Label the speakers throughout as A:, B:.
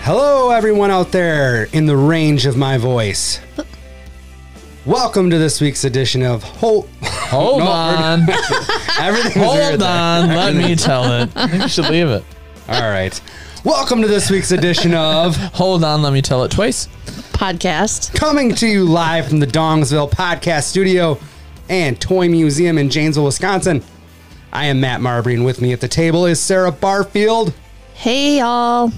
A: Hello, everyone out there in the range of my voice. Welcome to this week's edition of Hope.
B: Hold
A: No,
B: on.
A: Everything was weird
B: Hold
A: there.
B: on. Let me tell it. Maybe you should leave it.
A: All right. Welcome to this week's edition of
B: Hold on. Let me tell it twice.
C: podcast.
A: coming to you live from the Dongsville Podcast Studio and Toy Museum in Janesville, Wisconsin. I am Matt Marbury, and with me at the table is Sarah Barfield
C: Hey y'all.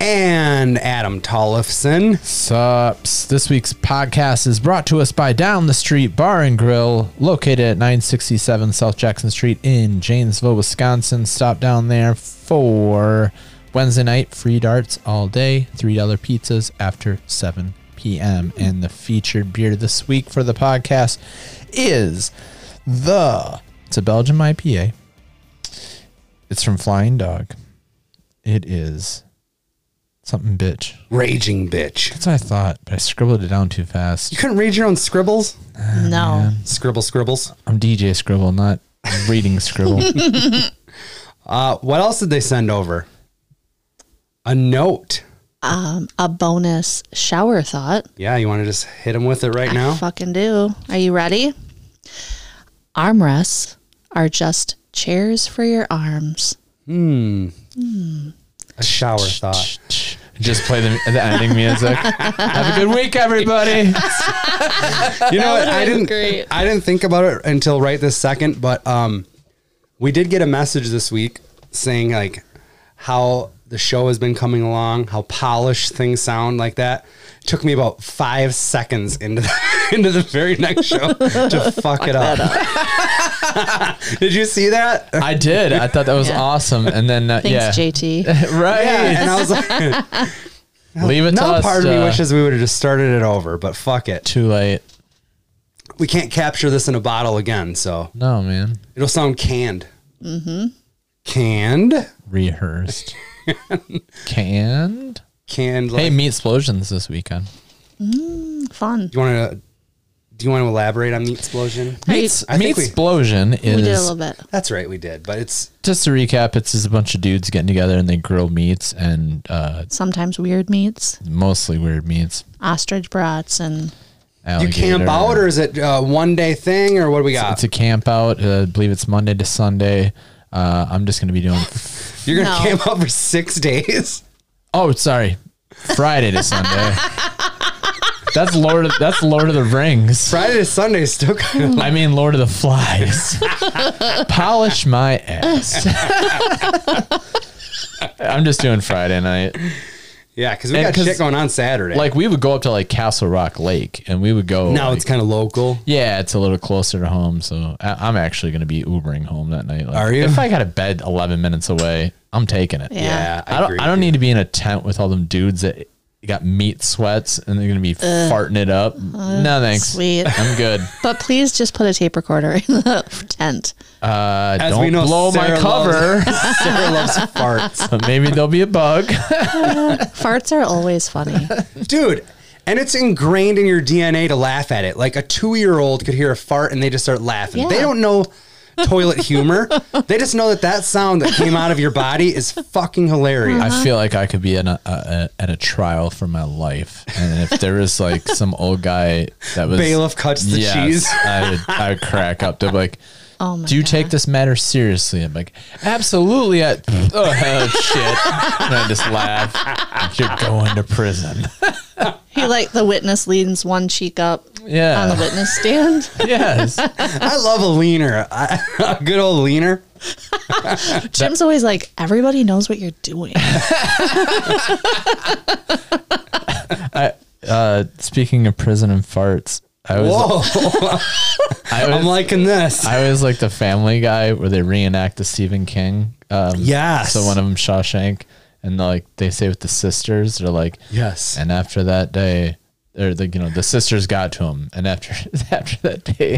A: and Adam Tollefson.
B: Sups. This week's podcast is brought to us by Down the Street Bar and Grill, located at 967 South Jackson Street in Janesville, Wisconsin. Stop down there for Wednesday night, free darts all day, $3 pizzas after 7 p.m. And the featured beer this week for the podcast is the. It's a Belgium IPA. It's from Flying Dog. It is something bitch.
A: Raging bitch.
B: That's what I thought, but I scribbled it down too
A: You
B: fast.
A: couldn't read your own scribbles?
B: Oh,
C: No.
A: Scribble, scribbles.
B: I'm DJ Scribble, not reading Scribble.
A: Uh, what else did they send over? A note.
C: Um, a bonus shower thought.
A: Yeah, you want to just hit him with it right now?
C: I fucking do. Are you ready? Armrests are just chairs for your arms.
A: A shower thought.
B: Just play the, the ending music. Have a good week, everybody.
A: You know what? I
C: would've
A: didn't.
C: been great.
A: I didn't think about it until right this second, but um, we did get a message this week saying like how the show has been coming along, how polished things sound like that. Took me about five seconds into the into the very next show to fuck it up. did you see that?
B: I did. I thought that was
C: Yeah.
B: awesome. And then, uh,
C: Thanks,
B: yeah.
C: JT.
B: Right.
A: Yeah, and I was like,
B: Leave it to
A: now
B: us.
A: part of me
B: uh,
A: wishes we would have just started it over, but fuck it.
B: Too late.
A: We can't capture this in a bottle again, so
B: No, man.
A: It'll sound canned. Mm-hmm. Canned?
B: Rehearsed. Canned.
A: Canned. Like,
B: Hey, meat explosions this weekend.
C: Fun.
A: do you want to? Do you want to elaborate on meat explosion?
B: Meat,
A: I think we-
B: explosion is
C: We did a little bit.
A: That's right, we did. But it's
B: just to recap, it's just a bunch of dudes getting together and they grill meats and uh,
C: Sometimes weird meats,
B: mostly weird meats.
C: ostrich brats, and
A: you camp
B: alligator.
A: out, or is it a one day thing, or what do we
B: It's-
A: got?
B: It's a camp out. Uh, I believe it's Monday to Sunday. Uh, I'm just going to be doing.
A: You're gonna
C: No.
A: camp out for six days.
B: oh, sorry, Friday to Sunday. That's Lord. Of, that's Lord of the Rings.
A: Friday to Sunday is still kind of.
B: I mean, Lord of the Flies. Polish my ass. I'm just doing Friday night.
A: Yeah, because we
B: And
A: got
B: 'cause-
A: shit going on Saturday.
B: Like we would go up to like Castle Rock Lake, and we would go.
A: now
B: like,
A: it's kind of local.
B: Yeah, it's a little closer to home, so I, I'm actually going to be Ubering home that night. Like,
A: Are you?
B: If I got a bed 11 minutes away, I'm taking it.
C: Yeah.
A: Yeah,
B: I don't.
A: agree
B: I don't
A: with you.
B: need to be in a tent with all them dudes that got meat sweats and they're going to be farting it up. no thanks.
C: Uh, sweet.
B: I'm good.
C: but please just put a tape recorder in the tent.
B: Uh,
A: As
B: don't
A: we know,
B: blow my
A: Sarah
B: cover.
A: Sarah loves farts,
B: but maybe there'll be a bug.
C: Uh-huh. Farts are always funny.
A: dude. And it's ingrained in your DNA to laugh at it. Like a two year old could hear a fart and they just start laughing.
C: Yeah.
A: They don't know toilet humor. they just know that that sound that came out of your body is fucking hilarious.
B: I feel like I could be in a, a, a, at a trial for my life, and if there was like some old guy that was
A: Bailiff cuts the cheese.
B: I would, I would crack up. They're like,
C: Oh my
B: "Do you
C: God.
B: take this matter seriously?" I'm like, "Absolutely." I, oh, oh, shit! And I just laugh. You're going to prison.
C: He like the witness leans one cheek up on the
B: Yeah.
C: witness stand.
B: Yes.
A: I love a leaner, I, a good old leaner.
C: Jim's always like, everybody knows what you're doing.
B: Uh, speaking of prison and farts, I was
A: Whoa,
B: I was,
A: I'm liking this.
B: I was like the Family Guy where they reenact the Stephen King. Um,
A: Yes.
B: So one of them Shawshank, and like they say with the sisters, they're like,
A: Yes.
B: And after that day, or the you know the sisters got to him, and after after that day,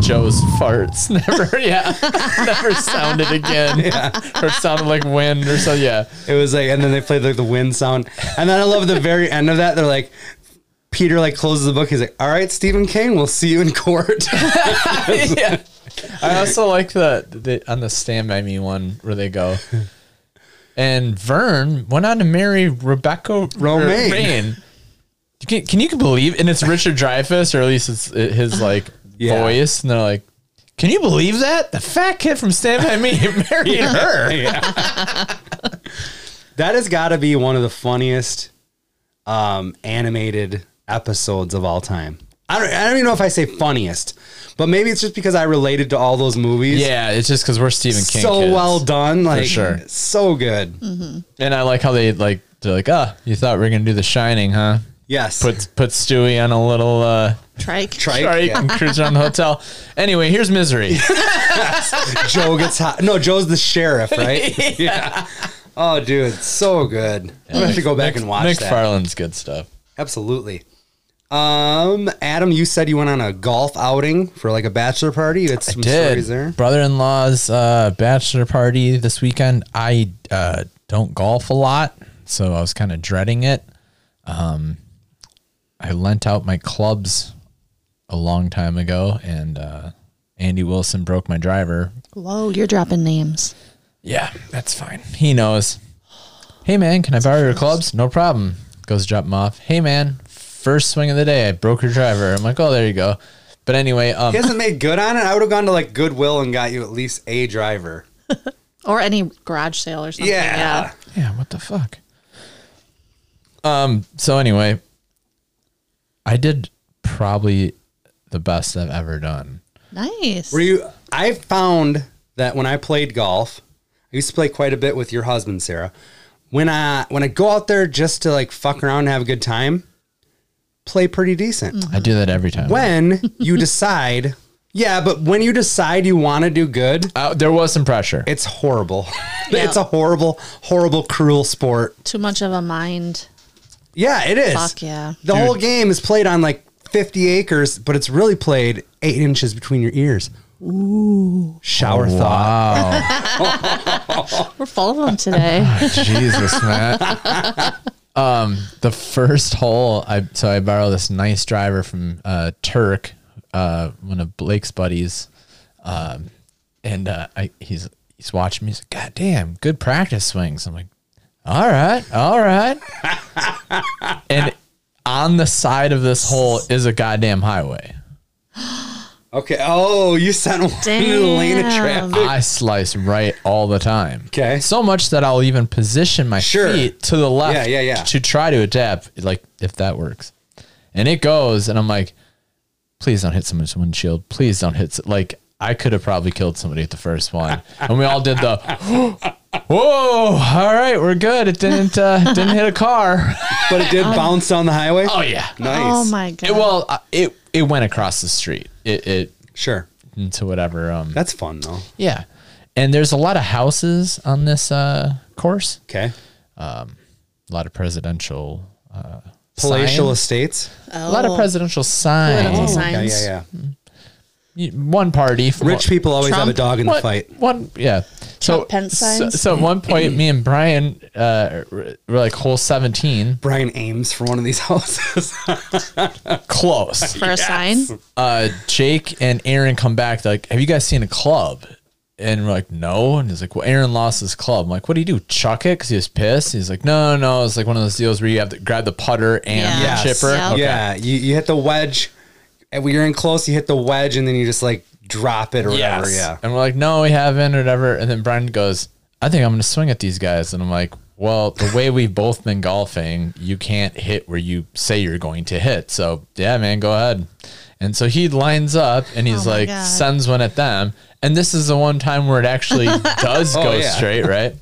B: Joe's farts never yeah never sounded again, or sounded like wind or so yeah.
A: It was like, and then they played like the wind sound, and then I love the very end of that. They're like, Peter like closes the book. He's like, "All right, Stephen King, we'll see you in court."
B: yeah. I also like the, the on the Stand By Me one where they go, And Vern went on to marry Rebecca
A: Romaine.
B: Romaine. You Can, can you believe? And it's Richard Dreyfuss, or at least it's it- his like
A: Yeah.
B: voice. And they're like, "Can you believe that the fat kid from Stand by Me married her?"
A: That has got to be one of the funniest um, animated episodes of all time. I don't, I don't even know if I say funniest, but maybe it's just because I related to all those movies.
B: Yeah, it's just because we're Stephen King.
A: So
B: kids.
A: well done. Like,
B: sure.
A: so good.
B: And I like how they like they're like, "Ah, you thought we were gonna do The Shining, huh?"
A: Yes.
B: Put put Stewie on a little. uh
C: Trike.
A: Trike.
B: Sorry,
A: yeah.
B: and cruise around the hotel. Anyway, here's misery.
A: Joe gets hot. No, Joe's the sheriff, right? yeah. Oh, dude. So good. I'm going to have to go back and watch that.
B: McFarlane's good stuff.
A: Absolutely. Um, Adam, you said you went on a golf outing for like a bachelor party. You had some stories there.
B: brother-in-law's uh, bachelor party this weekend. I uh, don't golf a lot, so I was kind of dreading it. Um, I lent out my clubs a long time ago, and uh, Andy Wilson broke my driver.
C: Whoa, you're dropping names.
B: Yeah, that's fine. He knows. Hey man, can I borrow your clubs? No problem. Goes to drop them off. Hey man, first swing of the day, I broke your driver. I'm like, oh, there you go. But anyway, um,
A: He hasn't made good on it. I would have gone to like Goodwill and got you at least a driver.
C: Or any garage sale or something.
A: Yeah.
C: Yeah.
B: Yeah, what the fuck? Um, so anyway, I did probably the best I've ever done.
C: Nice.
A: Were you? I found that when I played golf, I used to play quite a bit with your husband, Sarah. When I when I go out there just to like fuck around and have a good time, play pretty decent.
B: I do that every time.
A: When you decide, yeah, but when you decide you want to do good,
B: Uh, there was some pressure.
A: it's horrible.
C: Yeah.
A: It's a horrible, horrible, cruel sport.
C: Too much of a mind.
A: Yeah, it is.
C: Fuck yeah.
A: The whole game is played on like 50 acres, but it's really played eight inches between your ears. Ooh. Shower thought.
B: Wow,
C: We're full of them today.
B: Jesus, Matt. Um, the first hole, I so I borrowed this nice driver from uh, Turk, uh, one of Blake's buddies, um, and uh, I, he's he's watching me. He's like, "God damn, good practice swings." I'm like, "All right, all right." and on the side of this hole is a goddamn highway.
A: Okay. Oh, you sent one in the lane of traffic.
B: I slice right all the time.
A: 'Kay.
B: So much that I'll even position my
A: Sure.
B: feet to the left
A: Yeah, yeah, yeah.
B: to try to adapt, like if that works. And it goes, and I'm like, please don't hit someone's windshield. Please don't hit. s- Like, I could have probably killed somebody at the first one. and we all did the, whoa, all right, we're good. It didn't, uh, didn't hit a car.
A: But it did bounce down the highway.
B: oh, yeah.
A: Nice.
C: Oh my god.
B: It, well, uh, it, it went across the street. It, it,
A: Sure.
B: into whatever, um,
A: That's fun though.
B: yeah. And there's a lot of houses on this uh, course,
A: Okay.
B: a lot of presidential uh,
A: Palatial
B: signs.
A: estates. Oh,
B: A lot of presidential
C: Oh. Political
B: signs.
C: signs.
A: Yeah, yeah, yeah.
B: You- One party.
A: Rich people always have a
C: Trump?
A: dog in
B: one,
A: the fight.
B: One, yeah. So,
C: Trump Pence
B: so,
C: signs?
B: so at one point, me and Brian uh, were were like hole 17.
A: Brian aims for one of these houses.
B: Close.
C: For a sign.
B: Uh, Jake and Aaron come back. They're like, have you guys seen a club? And we're like, no. And he's like, well, Aaron lost his club. I'm like, what do you do? Chuck it? Because he was pissed. He's like, no, no. It's like one of those deals where you have to grab the putter and the
C: Yeah. Yes.
B: chipper.
C: Yep.
B: Okay.
A: Yeah. You, you hit the wedge. And when you're in close, you hit the wedge and then you just like drop it or whatever. Yeah.
B: And we're like, no, we haven't, or whatever. And then Brian goes, I think I'm going to swing at these guys. And I'm like, well, the way we've both been golfing, you can't hit where you say you're going to hit. So, yeah, man, go ahead. And so he lines up and he's
C: Oh my
B: like,
C: God.
B: sends one at them. And this is the one time where it actually does
A: Oh,
B: go
A: yeah.
B: straight, right?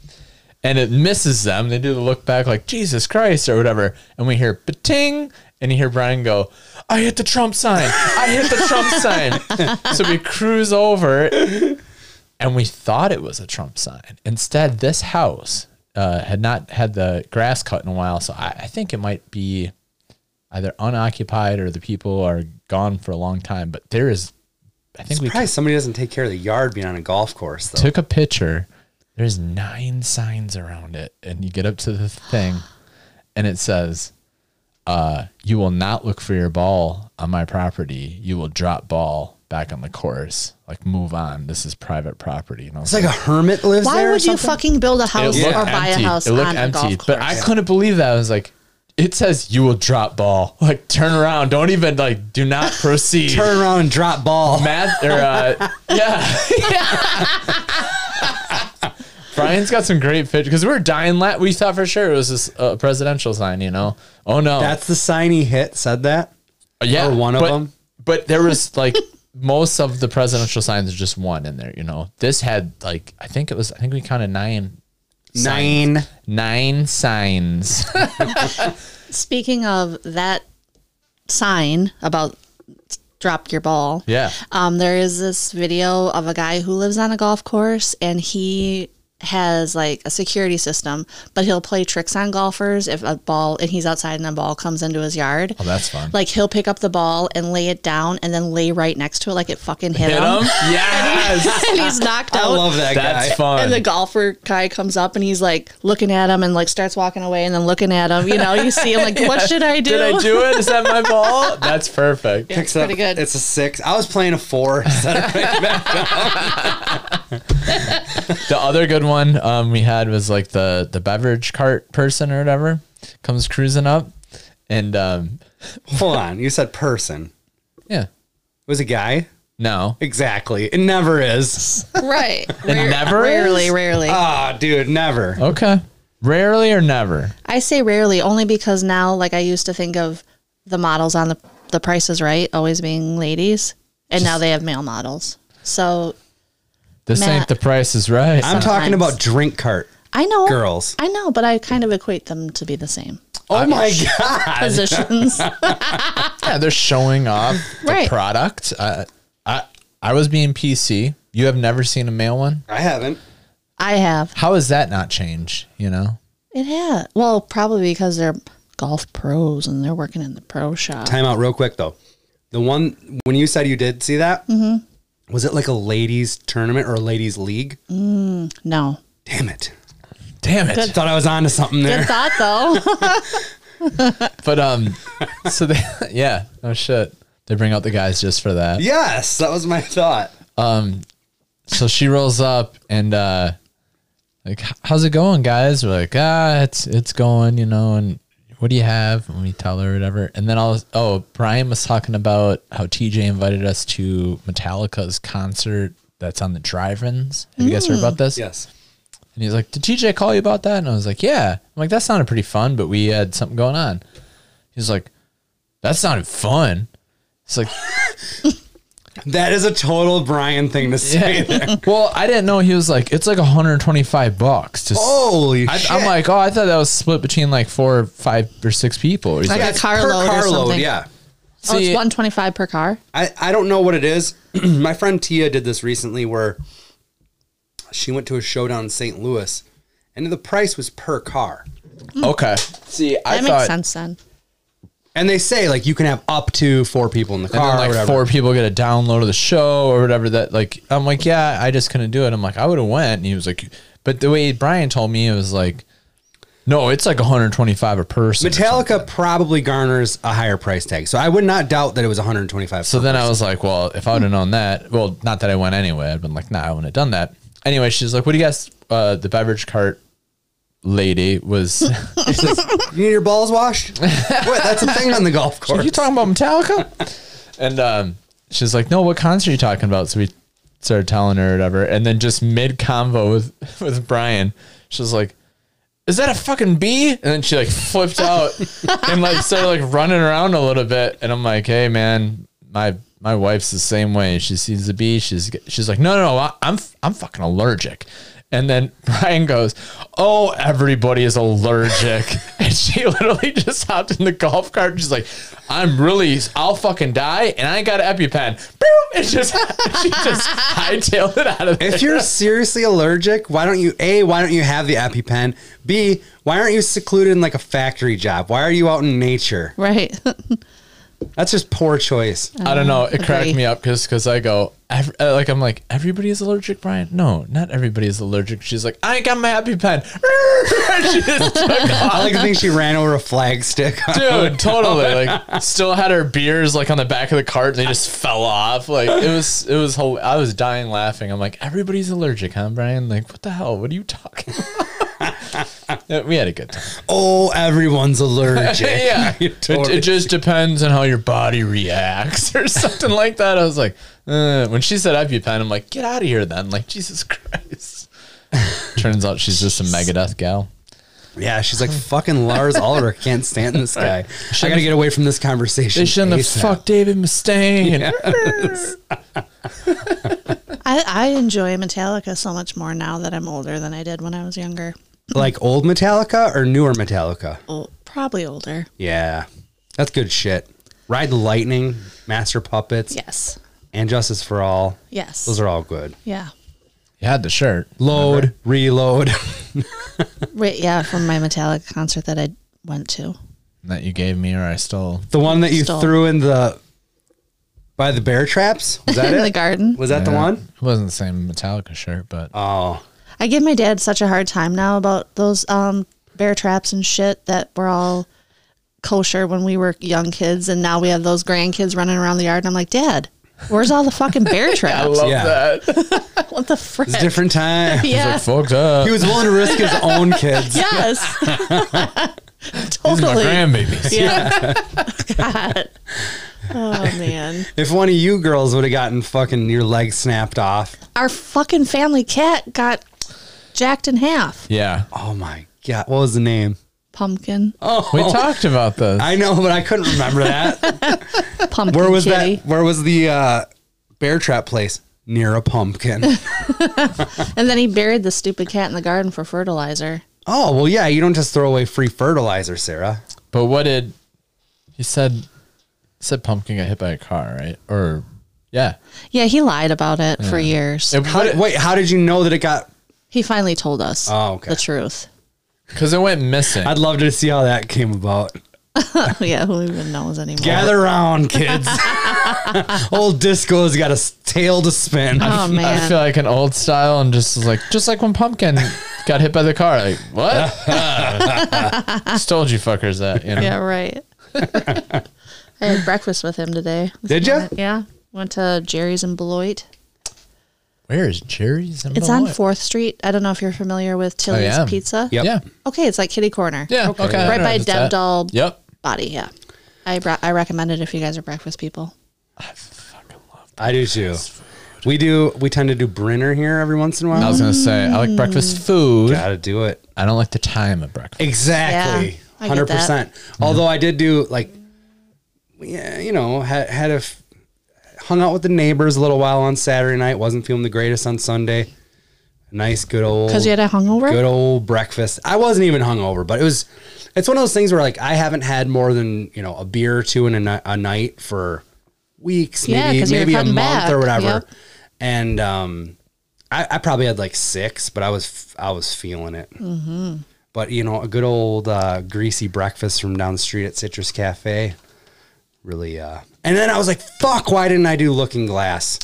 B: And it misses them. They do the look back like, Jesus Christ, or whatever. And we hear, pating. And you hear Brian go, I hit the Trump sign. I hit the Trump sign. So we cruise over and we thought it was a Trump sign. Instead, this house uh, had not had the grass cut in a while, so I, I think it might be either unoccupied or the people are gone for a long time. But there is, I think we
A: Surprised somebody doesn't take care of the yard being on a golf course though.
B: took a picture. There's nine signs around it, and you get up to the thing, and it says, uh, "You will not look for your ball on my property. You will drop ball back on the course. Like, move on. This is private property. And I was
A: It's like a hermit lives
C: Why
A: there. or
C: would you
A: something?
C: fucking build a house or
B: looked
C: buy a
B: empty.
C: house
B: It
C: on
B: looked
C: a golf course?
B: but I couldn't believe that. I was like, it says you will drop ball. Like turn around. Don't even like. Do not proceed.
A: turn around and drop ball?
B: Matt or uh, yeah. Brian's got some great pictures because we were dying. La- we thought for sure it was this uh, presidential sign, you know. Oh no, Uh,
A: That's the sign he hit. Said that.
B: yeah,
A: or one of
B: but-
A: them.
B: But there was like most of the presidential signs are just one in there, you know. This had like I think it was I think we counted nine
A: Nine.
B: nine signs.
C: Speaking of that sign about drop your ball,
B: yeah,
C: um, there is this video of a guy who lives on a golf course and he has like a security system, but he'll play tricks on golfers if a ball and he's outside and a ball comes into his yard.
B: oh that's fun.
C: Like he'll pick up the ball and lay it down and then lay right next to it like it fucking hit,
B: Hit
C: him.
B: him? Yes,
C: and he's knocked
A: I
C: out.
A: love that
B: that's
A: guy.
B: fun.
C: And the golfer guy comes up and he's like looking at him and like starts walking away and then looking at him. You know, you see him like, what should I do?
B: Did I do it? Is that my ball? That's perfect.
A: Picks
C: It's pretty
A: up-
C: good.
A: It's a six. I was playing a four. Set it right back up.
B: The other good one um, we had was like the the beverage cart person or whatever comes cruising up, and um,
A: Hold on. You said person.
B: yeah,
A: It was a guy.
B: no,
A: Exactly. It never is.
C: Right. Rare-
B: never
C: Rarely,
B: is?
C: rarely.
A: Ah, dude, never.
B: okay, rarely or never.
C: I say rarely only because now, like, I used to think of the models on the the Price is Right always being ladies, and now they have male models. So
B: This
C: Matt.
B: ain't the price is right.
A: I'm
C: Sometimes.
A: talking about drink cart.
C: I know
A: Girls.
C: I know, but I kind of equate them to be the same
A: Oh my god.
C: positions.
B: yeah, they're showing off the
C: Right.
B: product. Uh, I I was being PC. You have never seen a male one.
A: I haven't.
C: I have
B: How has that not changed? You know,
C: it. Yeah. Well, probably because they're golf pros and they're working in the pro shop.
A: Time out real quick though. The one when you said you did see that,
C: Mm-hmm.
A: was it like a ladies tournament or a ladies league?
C: No.
A: Damn it.
B: damn it.
A: Thought I was onto something
C: Good
A: there.
C: thought though. Oh,
B: But um, so they yeah, no shit. They bring out the guys just for that.
A: Yes, that was my thought.
B: so she rolls up and uh like how's it going guys we're like ah it's it's going you know and what do you have and we tell her whatever and then i'll oh brian was talking about how tj invited us to metallica's concert that's on the drive-ins have you guys heard about this
A: Yes.
B: and he's like, Did TJ call you about that? And I was like, Yeah. I'm like, That sounded pretty fun, but we had something going on. He's like, That sounded fun. It's like,
A: That is a total Brian thing to say there.
B: Well, I didn't know he was like, It's like 125 bucks to
A: Oh, Holy
B: I,
A: shit.
B: I'm like, oh, I thought that was split between like four, or five, or six people. He's
C: Like
B: like,
C: a carload or something.
A: yeah.
C: oh,
B: See-
C: it's one twenty five per car.
A: I, I don't know what it is. My friend Tia did this recently where she went to a show down in St. Louis and the price was per car.
B: okay. See, I
C: That
B: thought,
C: makes sense then.
A: And they say like you can have up to four people in the
B: and
A: car.
B: then
A: or
B: like
A: whatever.
B: four people get a download of the show or whatever. That like, I'm like, yeah, I just couldn't do it. I'm like, I would have went. And he was like, but the way Brian told me, it was like, no, it's like 125 a person. or something.
A: Metallica probably garners a higher price tag. So I would not doubt that it was 125.
B: So then I was like, well, if I would have known that, well, not that I went anyway. I'd been like, nah, I wouldn't have done that. Anyway, she's like, what do you guys? Uh, the beverage cart lady was.
A: you need your balls washed? what? That's a thing on the golf course.
B: Are you talking about Metallica? and um, she's like, no, what concert are you talking about? So we started telling her or whatever. And then just mid convo with, with Brian, she was like, is that a fucking bee? And then she like flipped out and like started like running around a little bit. And I'm like, hey man, my my wife's the same way. She sees the bee. She's she's like, no, no, no I, I'm I'm fucking allergic. And then Brian goes, oh, everybody is allergic. and she literally just hopped in the golf cart. And she's like, I'm really, I'll fucking die, and I ain't got an EpiPen. Boom! And just she just hightailed it out of there.
A: if you're seriously allergic, why don't you A, why don't you have the EpiPen? B, why aren't you secluded in like a factory job? Why are you out in nature?
C: Right.
A: That's just poor choice.
B: I don't know. It cracked
C: agree.
B: me up because I go ev- uh, like I'm like everybody is allergic, Brian. No, not everybody is allergic. She's like I ain't got my happy pen. she just took off.
A: I like to think she ran over a flag stick.
B: Dude, totally. Like, still had her beers like on the back of the cart, and they just fell off. Like, it was, it was. Whole, I was dying laughing. I'm like, everybody's allergic, huh, Brian? Like, what the hell? What are you talking? about? Yeah, we had a good time.
A: oh, everyone's allergic.
B: Yeah,
A: You
B: it,
A: totally-
B: it just depends on how your body reacts or something like that. I was like, uh, when she said ibuprofen, I'm like, get out of here then. Like, Jesus Christ. Turns out she's just a Megadeth gal.
A: yeah, she's like fucking Lars Ulrich can't stand this guy. I gotta get away from this conversation.
B: They shouldn't have
A: ASAP.
B: fucked David Mustaine.
C: I, I enjoy Metallica so much more now that I'm older than I did when I was younger.
A: Like old Metallica or newer Metallica?
C: Oh, probably older.
A: Yeah, that's good shit. Ride the Lightning, Master Puppets,
C: Yes.
A: and Justice for All.
C: Yes.
A: Those are all good.
C: yeah.
B: You had the shirt.
A: Load, reload.
C: Right, yeah, from my Metallica concert that I went to.
B: that you gave me or I stole.
A: the one that you
C: Stole.
A: threw in the by the bear traps. Was that
C: In
A: it?
C: the garden.
A: Was that the
B: Yeah.
A: one?
B: It wasn't the same Metallica shirt, but
A: Oh,
C: I give my dad such a hard time now about those um, bear traps and shit that were all kosher when we were young kids, and now we have those grandkids running around the yard. And I'm like, Dad, where's all the fucking bear traps?
A: love Yeah.
B: that. It's
C: what the frick?
A: it's a different time.
C: Yeah.
B: like, fucked up.
A: He was willing to risk his own kids.
C: yes.
B: These are my
C: totally.
B: grandbabies.
C: yeah. God. Oh man.
A: If one of you girls would have gotten fucking your leg snapped off,
C: Our fucking family cat got jacked in half.
B: Yeah.
A: oh my god, what was the name?
C: Pumpkin.
A: Oh.
B: We talked about this.
A: I know, but I couldn't remember that.
C: Pumpkin.
A: Where was
C: kitty.
A: that? Where was the uh, bear trap place? Near a pumpkin.
C: And then he buried the stupid cat in the garden for fertilizer.
A: oh well, yeah. You don't just throw away free fertilizer, Sarah.
B: But what did he said? Said pumpkin got hit by a car, right? Or yeah,
C: Yeah, he lied about it for years.
A: How did, wait, how did you know that it got?
C: He finally told us
A: Oh, okay.
C: the truth.
B: because it went missing.
A: I'd love to see how that came about.
C: Oh, yeah, who even knows anymore?
A: Gather round, kids. Old disco's got a s- tail to spin.
C: Oh
B: I
C: man.
B: feel like an old style, and just was like just like when pumpkin got hit by the car. Like what? just told you fuckers that. You know?
C: yeah, right. I had breakfast with him today.
A: Did ya?
C: Yeah. Went to Jerry's in Beloit.
B: Where is Jerry's? In
C: It's on
B: Beloit?
C: Fourth Street. I don't know if you're familiar with Tilly's
B: am.
C: Pizza.
A: Oh, Yep.
B: Yeah.
C: Okay, it's like Kitty Corner.
B: Yeah. Okay. I
C: Right
B: know
C: by
B: it's
C: Deb
B: that.
C: Doll
B: Yep.
C: Body. Yeah. I bra- I recommend it if you guys are breakfast people.
A: I do too. We do. We tend to do Brinner here every once in a
B: I
A: while.
B: was gonna say I like breakfast
C: Mm.
B: food.
A: Gotta do it.
B: I don't like the time of breakfast.
A: Exactly.
C: Yeah, I get
A: Hundred percent. Although I did do like, yeah, you know, had had a f- hung out with the neighbors a little while on Saturday night. wasn't feeling the greatest on Sunday. Nice, good old.
C: Because you had a hungover?
A: Oh. Good old breakfast. I wasn't even hungover, but it was. It's one of those things where like I haven't had more than you know a beer or two in a, ni- a night for weeks,
C: Yeah,
A: maybe
C: 'cause you were
A: maybe a
C: cutting
A: month or
C: back.
A: whatever.
C: Yep.
A: And um, I, I probably had like six, but I was f- I was feeling it.
C: Mm-hmm.
A: But you know, a good old uh, greasy breakfast from down the street at Citrus Cafe really. uh And then I was like, "Fuck! Why didn't I do Looking Glass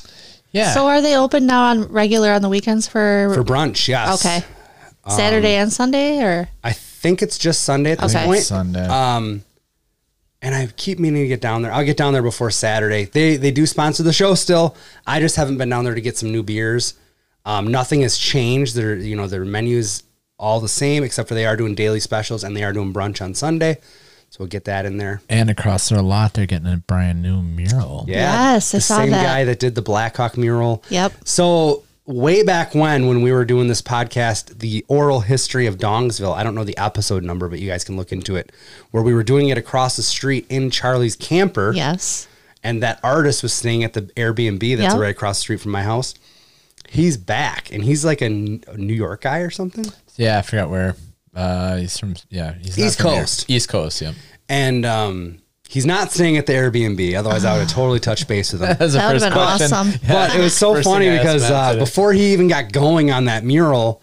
B: Yeah.
C: So are they open now on regular on the weekends for,
A: for Um, brunch?" Yes.
C: okay Saturday and Sunday or
A: I think it's just Sunday at this
C: Okay.
A: point.
B: Sunday.
A: and I keep meaning to get down there. I'll get down there before Saturday. They they do sponsor the show still. I just haven't been down there to get some new beers. Um, nothing has changed. Their you know their menus all the same except for they are doing daily specials and they are doing brunch on Sunday. So we'll get that in there.
B: and across their lot, they're getting a brand new mural.
A: Yeah.
C: Yes, I
A: the
C: saw
A: same
C: that.
A: guy that did the Blackhawk mural.
C: Yep.
A: So way back when, when we were doing this podcast, the oral history of Dongsville. I don't know the episode number, but you guys can look into it. Where we were doing it across the street in Charlie's camper.
C: yes
A: and that artist was staying at the Airbnb that's
C: Yeah.
A: right across the street from my house. He's back, and he's like a N- a New York guy or something.
B: Yeah, I forgot where. Uh, he's from yeah, he's not
A: East
B: from here.
A: Coast.
B: East Coast, yeah.
A: And um, he's not staying at the Airbnb. Otherwise, I would have totally touched base with him.
B: That's the
C: That would've
B: first
C: been
B: question.
C: awesome.
A: But it was so
B: First
A: funny
B: thing I asked
A: because
B: Matt
A: uh,
B: today.
A: before he even got going on that mural,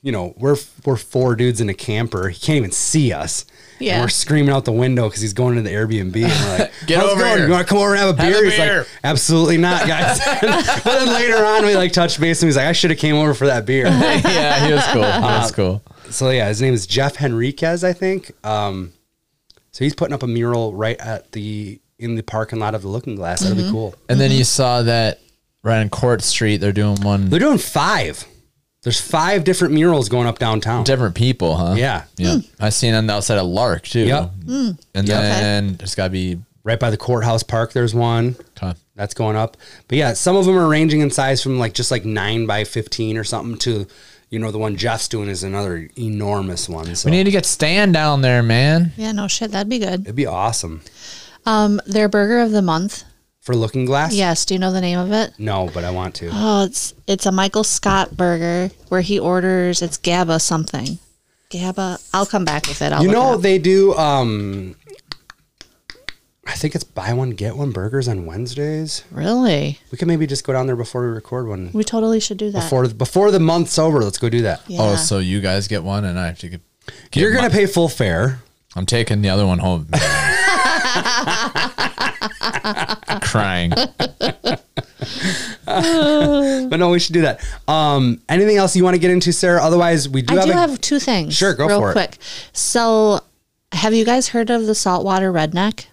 A: you know, we're we're four dudes in a camper. He can't even see us. And
C: Yeah.
A: we're screaming out the window because he's going to the Airbnb. And we're like,
B: Get
A: "How's it
B: over
A: going?
B: here.
A: You want to come over and have a beer?
B: Have a
A: He's like,
B: beer.
A: absolutely not, guys. but then later on, we like touched base and he's like, I should have came over for that beer.
B: yeah, he was cool. He
A: Uh,
B: was cool.
A: so yeah, his name is Jeff Henriquez, I think. Um, so he's putting up a mural right at the in the parking lot of the Looking Glass. That'd be cool.
B: And then you saw that right on Court Street, they're doing one
A: They're doing five. There's five different murals going up downtown.
B: different people, huh?
A: Yeah.
B: Yeah.
C: Mm.
B: I seen on the outside of Lark too.
A: Yep.
B: And
A: Yep.
B: then there's gotta be
A: Right by the courthouse park, there's one.
B: time.
A: that's going up. But yeah, some of them are ranging in size from like just like nine by fifteen or something to, you know, the one Jeff's doing is another enormous one. So
B: We need to get Stan down there, man.
C: Yeah, no shit, that'd be good.
A: it'd be awesome
C: Um, their burger of the month.
A: for Looking Glass.
C: Yes, do you know the name of it?
A: No, but I want to.
C: Oh, it's it's a Michael Scott burger where he orders it's GABA something. GABA. I'll come back with it. I'll
A: You
C: look it
A: know
C: up.
A: they do. um I think it's buy one get one burgers on Wednesdays.
C: really.
A: We could maybe just go down there before we record one.
C: We totally should do that.
A: Before before the month's over, let's go do that.
C: yeah.
B: Oh, so you guys get one and I have to get, get
A: You're
B: my-
A: gonna pay full fare.
B: I'm taking the other one home. Crying.
A: But no, we should do that. Um, anything else you want to get into, Sarah? Otherwise, we do
C: I
A: have
C: do
A: a-
C: have two things.
A: Sure, go
C: real
A: for it.
C: quick. So, have you guys heard of the saltwater redneck?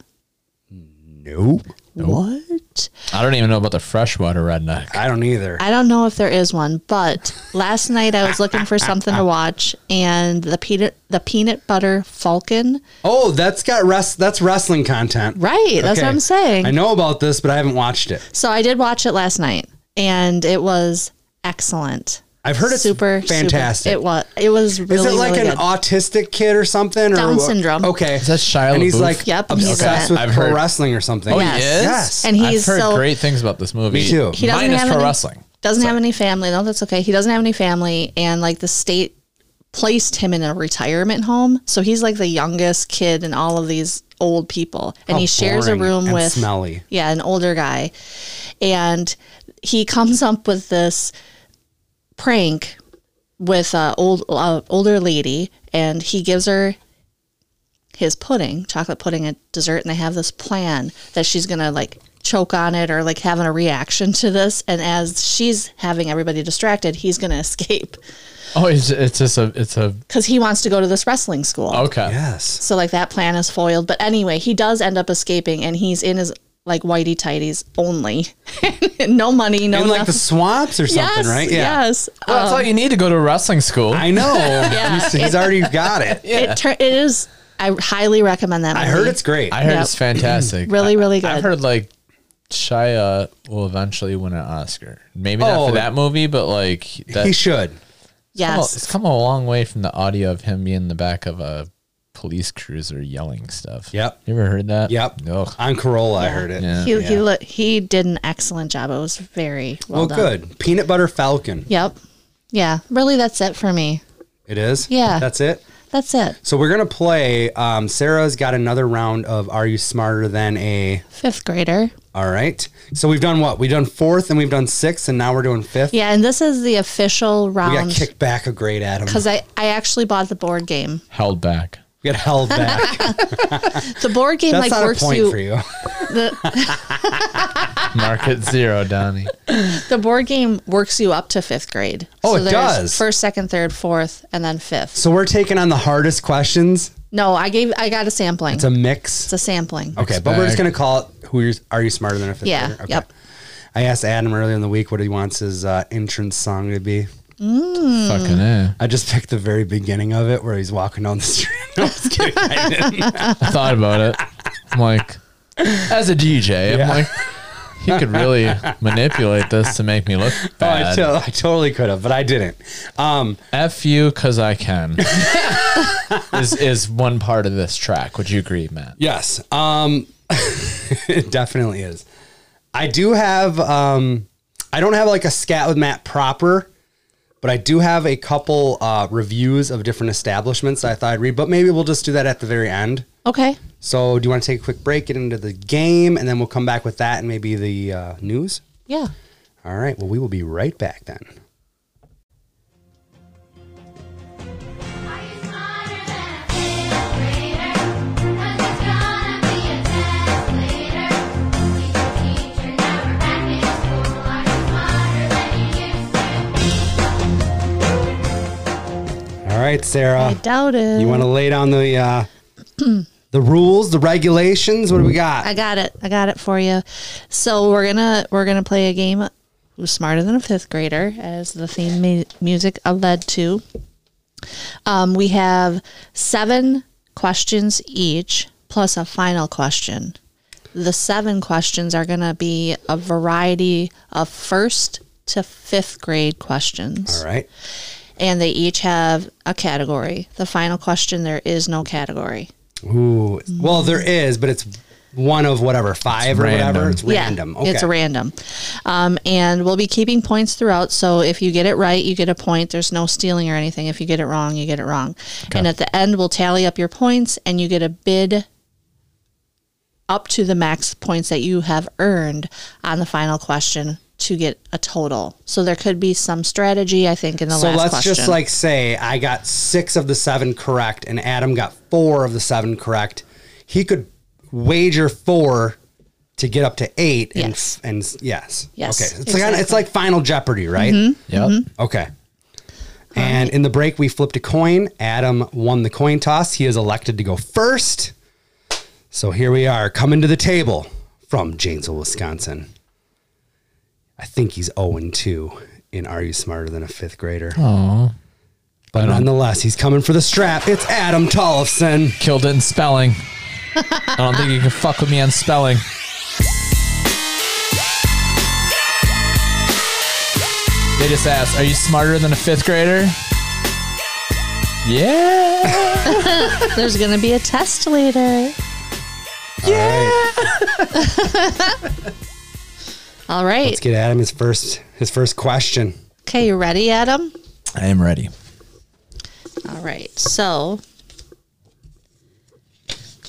A: nope.
C: What?
B: I don't even know about the freshwater redneck.
A: I don't either.
C: I don't know if there is one, but last night I was looking for something to watch, and the peanut the peanut butter falcon.
A: Oh, that's got rest. That's wrestling content,
C: Right, that's what
A: Okay.
C: I'm saying.
A: I know about this, but I haven't watched it.
C: So I did watch it last night, and it was excellent.
A: I've heard it's
C: super
A: fantastic.
C: Super, it was. It was really
A: Is it like
C: really
A: an
C: good.
A: autistic kid or something? or
C: Down
A: what?
C: syndrome.
A: Okay,
B: Is that Shia
A: and he's
B: LaBeouf?
A: like
C: Yep, he's in
A: obsessed
C: it.
A: with
B: I've
A: pro
B: heard-
A: wrestling or something.
B: Oh, he
C: Yes.
B: is?
A: Yes.
C: and he's
B: I've heard
C: so
B: great things about this movie.
A: Me too.
C: He doesn't
B: Minus
C: have
B: pro
C: any-
B: wrestling.
C: doesn't have any family. No, that's okay. He doesn't have any family, and like the state placed him in a retirement home, so he's like the youngest kid in all of these old people, and
A: How
C: he shares a
A: boring
C: room
A: and
C: with
A: smelly.
C: yeah, an older guy, and he comes up with this prank with a old uh, older lady, and he gives her his pudding, chocolate pudding, and dessert, and they have this plan that she's gonna like choke on it or like having a reaction to this, and as she's having everybody distracted, he's gonna escape
B: Oh, it's, it's just a, it's a,
C: because he wants to go to this wrestling school.
B: okay.
A: Yes.
C: So like that plan is foiled. But anyway, he does end up escaping and he's in his like whitey tighties only. no money, no
A: In like the
C: nothing.
A: swamps or something,
C: yes,
A: right? Yeah.
C: Yes.
B: Well, that's all you need to go to a wrestling school.
A: I know. he's, he's already got it.
C: It tur- it is I highly recommend that.
A: I
C: movie.
A: heard it's great.
B: I heard
C: Yep.
B: it's fantastic.
C: Really, really
B: I,
C: good.
B: have heard like Shia will eventually win an Oscar. Maybe not
A: Oh.
B: for that movie, but like that,
A: he should.
B: well,
C: yes.
B: it's come a long way from the audio of him being in the back of a police cruiser yelling stuff.
A: Yep.
B: You ever heard that?
A: Yep.
B: Ugh.
A: On Corolla, I heard it.
B: Yeah.
C: He he
A: Yeah.
C: look, he did an excellent job. It was very
A: Well,
C: well, done.
A: good. Peanut butter falcon.
C: Yep. Yeah. Really that's it for me.
A: It is.
C: Yeah.
A: That's it.
C: That's it.
A: So we're gonna play. Um, Sarah's got another round of "Are You Smarter Than a?"
C: Fifth grader.
A: All right. So we've done what? We've done fourth, and we've done sixth, and now we're doing fifth.
C: Yeah, Um, and this is the official
A: We got
C: round
A: kicked back a grade, Adam.
C: because I, I actually bought the board game.
B: Held back.
A: We got held back.
C: The board game
A: That's
C: like
A: not a
C: works
A: point
C: you,
A: for you.
C: the
B: Market zero, Donnie.
C: The board game works you up to fifth grade.
A: Oh, it
C: there's
A: does.
C: First, second, third, fourth, and then fifth.
A: So we're taking on the hardest questions.
C: No, I gave I got a sampling.
A: It's a mix.
C: It's a sampling.
A: Okay, but we're just
B: bag.
A: gonna call it. Who are you, are you smarter than a fifth
C: Yeah,
A: grader? Okay.
C: yep.
A: I asked Adam earlier in the week what he wants his uh, entrance song to be.
C: Mm.
B: Fucking eh.
A: I just picked the very beginning of it where he's walking down the street. No, I'm just kidding. I didn't.
B: I thought about it. I'm like, as a DJ, I'm
A: Yeah.
B: like, you could really manipulate this to make me look
A: Oh, I,
B: bad.
A: to- I totally could have, but I didn't. Um,
B: F you because I can is is one part of this track. Would you agree, Matt?
A: yes, um, it definitely is. I do have. Um, I don't have like a scat with Matt proper, but I do have a couple uh, reviews of different establishments I thought I'd read. But maybe we'll just do that at the very end.
C: Okay.
A: So, do you want to take a quick break, get into the game, and then we'll come back with that and maybe the uh, news?
C: Yeah.
A: All right. Well, we will be right back then. right, Sarah.
C: I doubt it.
A: You want to lay down the uh, the rules, the regulations? What do we got?
C: I got it. I got it for you. So we're gonna we're gonna play a game. Who's smarter than a fifth grader? As the theme mu- music uh, led to. Um, we have seven questions each, plus a final question. The seven questions are gonna be a variety of first to fifth grade questions
A: All right.
C: and they each have a category. The final question there is no category.
A: Ooh. Well, there is, but it's one of whatever five or whatever.
B: random.
A: It's random.
C: Yeah,
A: okay.
C: It's random. Um, and we'll be keeping points throughout. So if you get it right, you get a point. There's no stealing or anything. If you get it wrong, you get it wrong. And at the end, we'll tally up your points and you get a bid up to the max points that you have earned on the final question to get a total. So there could be some strategy, I think, in the
A: So
C: last
A: let's
C: question.
A: just like say I got six of the seven correct, and Adam got four of the seven correct. He could wager four to get up to eight. And,
C: Yes.
A: f- and s- yes.
C: Yes,
A: Okay. It's like
C: exactly. Mm-hmm.
A: it's like Final Jeopardy, right?
B: Yep.
A: Okay. And in the break, we flipped a coin. Adam won the coin toss. He is elected to go first. So here we are, coming to the table from Janesville, Wisconsin. I think he's 0 and 2 in Are You Smarter Than a Fifth Grader?
B: Oh,
A: But nonetheless, he's coming for the strap. It's Adam Tollefson.
B: killed it in spelling. I don't think you can fuck with me on spelling. They just asked, "Are you smarter than a fifth grader?" Yeah.
C: There's going to be a test later.
A: Yeah.
C: All right.
A: Let's get Adam his first his first question.
C: Okay, you ready, Adam?
B: I am ready.
C: All right. So,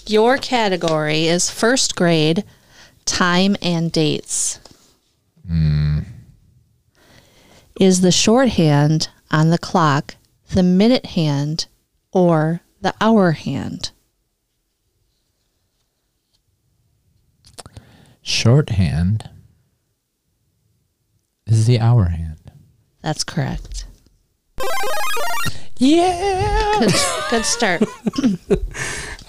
C: your category is first grade, time and dates. Is the shorthand on the clock the minute hand or the hour hand?
B: Shorthand is the hour hand.
C: That's correct.
B: Yeah.
C: Good, good start.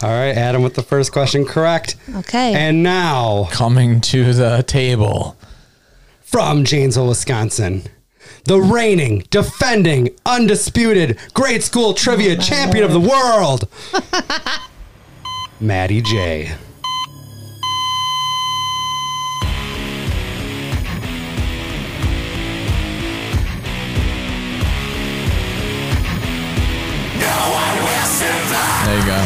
A: All right, Adam with the first question correct.
C: Okay.
A: And now
B: Coming to the table.
A: from Janesville, Wisconsin. The reigning, defending, undisputed grade school trivia champion of the world, Maddie J.
B: There you go.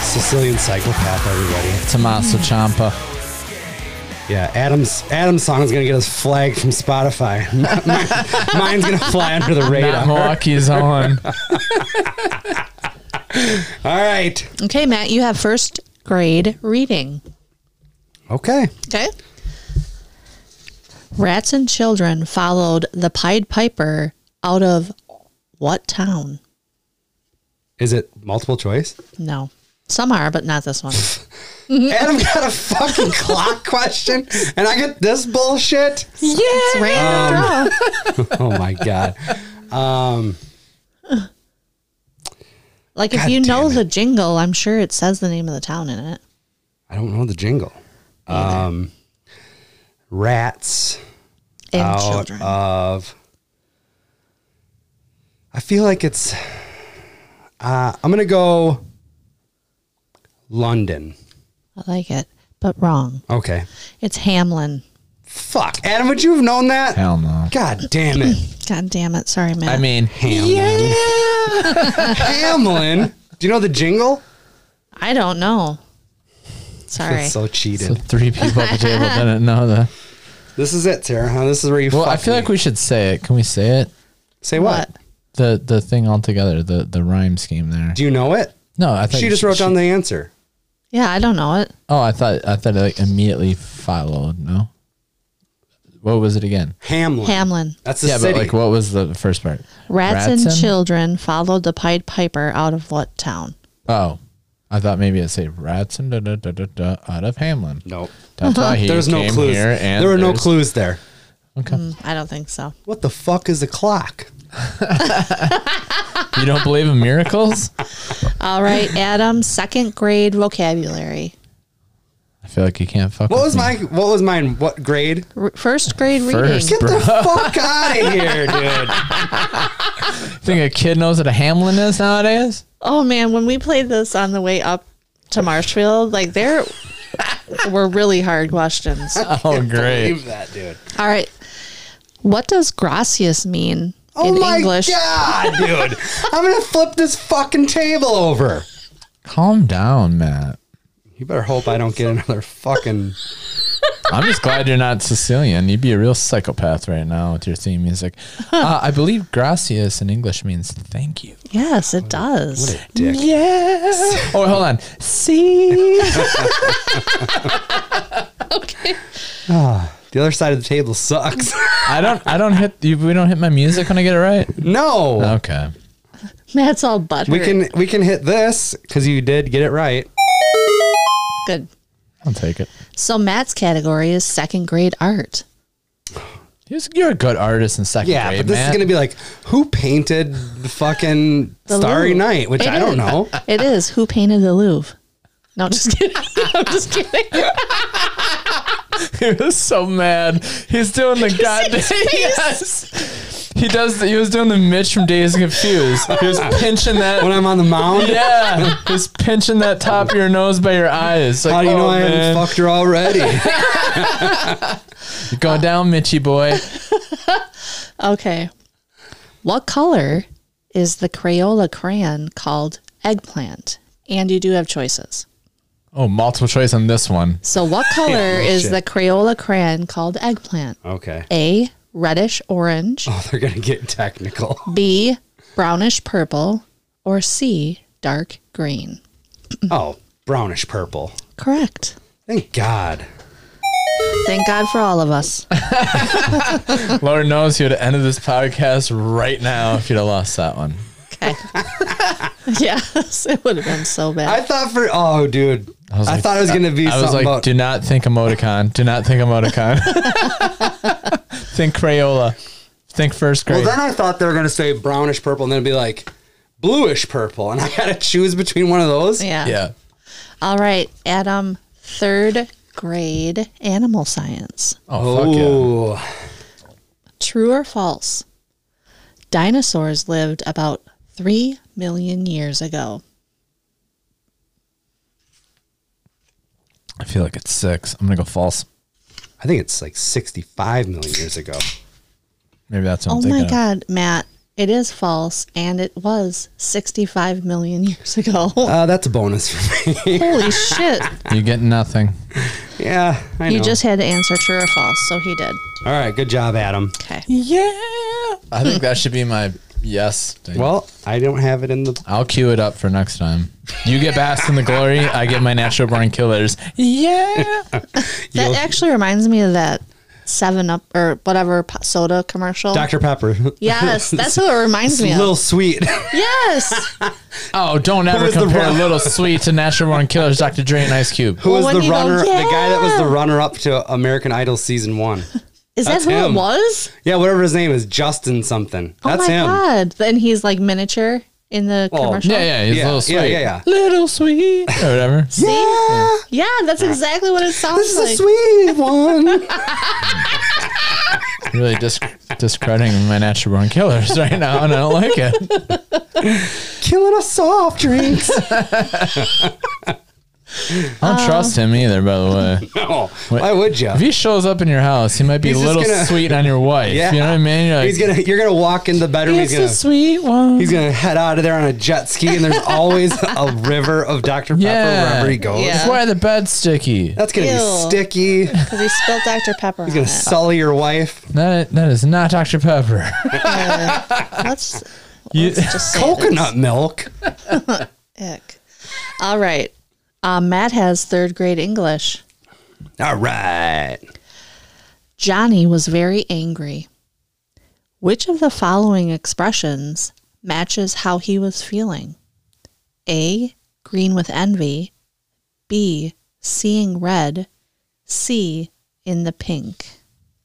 A: Sicilian psychopath, everybody.
B: Tommaso Ciampa.
A: Yeah, Adam's Adam's song is gonna get us flagged from Spotify. Mine- Mine's gonna fly under the
B: Not
A: radar.
B: Milwaukee's on.
A: All right.
C: okay, Matt, you have first grade reading.
A: Okay.
C: Okay. Rats and children followed the Pied Piper out of what town?
A: Is it multiple choice?
C: No. Some are, but not this one.
A: Adam got a fucking clock question, and I get this bullshit.
C: It's random. Um, draw.
A: Oh my god.
C: Like, if
A: God
C: you
A: damn
C: know
A: it.
C: the jingle, I'm sure it says the name of the town in it.
A: I don't know the jingle. Um, rats
C: And
A: out
C: children.
A: of. I feel like it's. Uh, I'm gonna go. London.
C: I like it, but wrong.
A: Okay.
C: It's Hamlin.
A: Fuck, Adam. Would you have known that?
B: Hell no.
A: God damn it,
C: God damn it. Sorry, Matt.
B: I mean,
A: Hamlin. Hamlin. Do you know the jingle?
C: I don't know. Sorry.
A: That's so
B: the
A: cheated.
B: three people at the table didn't know that.
A: This is it, Sarah. Huh? This is where you.
B: Well,
A: fuck
B: I feel
A: me.
B: like we should say it. Can we say it?
A: say what?
B: The the thing altogether, the the rhyme scheme there.
A: Do you know it?
B: No, I thought
A: She just wrote down the answer.
C: Yeah, I don't know it.
B: Oh, I thought I thought it like immediately followed. No, what was it again?
A: Hamlin.
C: Hamlin.
A: That's the
B: yeah,
A: city.
B: but like, what was the first part?
C: Rats, and,
B: Ratson?
C: children followed the Pied Piper out of what town?
B: Oh, I thought maybe it said rats and da da da da da out of Hamlin.
A: Nope.
B: That's why he
A: There's no
B: came
A: clues.
B: here and
A: there were no
B: there's-
A: clues there.
B: Okay.
C: I don't think so.
A: What the fuck is a clock?
B: You don't believe in miracles?
C: All right, Adam, second grade vocabulary.
B: I feel like you can't fuck.
A: What
B: with
A: was
B: me.
A: my what was mine? What grade?
C: R- first grade
B: First.
C: reading.
A: Get the fuck out of here, dude.
B: Think a kid knows what a Hamlin is nowadays?
C: Oh man, when we played this on the way up to Marshfield, like there were really hard questions. All
B: Oh, great!
A: Leave that, dude.
C: right. What does gracias mean
A: Oh
C: in
A: my
C: English?
A: god, dude. I'm gonna flip this fucking table over.
B: Calm down, Matt.
A: You better hope I don't get another fucking
B: I'm just glad you're not Sicilian. You'd be a real psychopath right now with your theme music. Uh, I believe gracias in English means thank you.
C: Yes,
A: Oh,
C: it does.
A: dick.
B: Yes. Oh, hold on. See.
C: Okay.
A: The other side of the table sucks.
B: I don't. I don't hit. You, we don't hit my music when I get it right.
A: no.
B: Okay.
C: Matt's all buttered.
A: We can we can hit this because you did get it right.
C: Good.
B: I'll take it.
C: So Matt's category is second grade art.
B: He's- You're a good artist in second
A: Yeah,
B: grade,
A: but this
B: Matt.
A: is gonna be like who painted the fucking
C: The
A: Starry
C: Louvre.
A: Night, which
C: It
A: I don't
C: is.
A: know.
C: It is. Who painted the Louvre? No, I'm just kidding. I'm just kidding.
B: He was so mad. He's doing the goddamn. Yes. He does. The, he was doing the Mitch from Days Confused. He was pinching that.
A: When I'm on the mound,
B: yeah, he was pinching that top of your nose by your eyes. Like,
A: how do you
B: oh,
A: know I
B: man.
A: haven't fucked her already?
B: You're going down, Mitchy boy.
C: Okay. What color is the Crayola crayon called eggplant? And you do have choices.
B: Oh, multiple choice on this one.
C: So, what color is
A: shit. Uh.
C: the Crayola crayon called eggplant?
A: okay.
C: A. Reddish orange.
A: Oh, they're gonna get technical.
C: B. Brownish purple. Or C. Dark green.
A: Oh, brownish purple.
C: Correct.
A: Thank God.
C: Thank God for all of us.
B: Lord knows you'd have ended this podcast right now if you'd have lost that one.
C: Okay. yes, it would have been so bad.
A: I thought for oh, dude. I,
B: was like-
A: thought it was gonna be
B: I
A: something
B: was like,
A: about
B: do not think emoticon. Do not think emoticon. think Crayola. Think first
A: Well,
B: grade.
A: then I thought they were gonna say brownish purple, and then it'd be like bluish purple, and I gotta choose between one of those.
C: yeah.
B: yeah.
C: All right, Adam, third grade animal science.
B: Oh, fuck yeah.
A: Oh,
C: True or false? Dinosaurs lived about 3 million years ago.
B: I feel like it's six. I'm gonna go false.
A: I think it's like 65 million years ago.
B: Maybe that's what I'm
C: oh
B: thinking.
C: my
B: of.
C: God, Matt. It is false, and it was 65 million years ago.
A: Uh, that's a bonus for me.
C: Holy shit.
B: You get nothing.
A: yeah, I know.
C: You just had to answer true or false, so he did.
A: All right, good job, Adam.
C: Okay.
B: Yeah. I think that should be my yes. Thing.
A: Well, I don't have it in the.
B: I'll cue it up for next time. You get Bass in the Glory. I get my natural born killers. Yeah.
C: That actually reminds me of that 7 Up or whatever po- soda commercial.
A: Dr. Pepper.
C: yes, that's what it
A: It's
C: reminds
A: a
C: me
A: little
C: of.
A: sweet.
C: Yes.
B: Oh, don't ever
A: is the
B: compare
A: run-
B: Little Sweet to Natural Born Killers, Dr. Dre, and Ice Cube.
A: Who was
C: when
A: the
C: you go,
A: runner? The guy that was the
C: "Yeah."
A: runner up to American Idol season one.
C: Is
A: That's
C: that who
A: him.
C: it was?
A: Yeah, whatever his name is, Justin something. That's
C: oh my
A: him.
C: god! Then he's like miniature in the
A: Oh,
C: commercial.
B: Yeah, yeah, he's
A: Yeah,
B: Little Sweet.
A: yeah, yeah, yeah.
B: Little Sweet. Or whatever.
C: See? Yeah.
A: Ah,
C: that's exactly what it sounds
A: this is
C: like.
A: a sweet one.
B: really dis- discrediting my Natural Born Killers right now, and I don't like it.
A: Killing us soft drinks.
B: I don't trust him either, by the way.
A: no, why would you?
B: If he shows up in your house, he might be
A: He's
B: a
A: just
B: little
A: gonna-
B: sweet on your wife.
A: Yeah.
B: You know what I mean? You're like,
A: He's gonna. You're gonna walk in the bedroom. He's
B: it's
A: gonna.
B: a sweet one.
A: He's gonna head out of there on a jet ski, and there's always a river of Dr. Pepper
B: Yeah.
A: wherever he goes.
C: Yeah.
B: That's why the bed's sticky.
A: That's gonna
C: Ew.
A: be sticky.
C: Because he spilled Dr Pepper on
A: Gonna
C: it.
A: sully your wife.
B: That, that is not Dr. Pepper.
C: Let's,
B: You-
C: let's just say it.
A: Coconut milk.
C: Ick. All right. Uh, Matt has third grade English.
A: All right.
C: Johnny was very angry. Which of the following expressions matches how he was feeling? A. Green with envy. B. Seeing red. C. In the pink.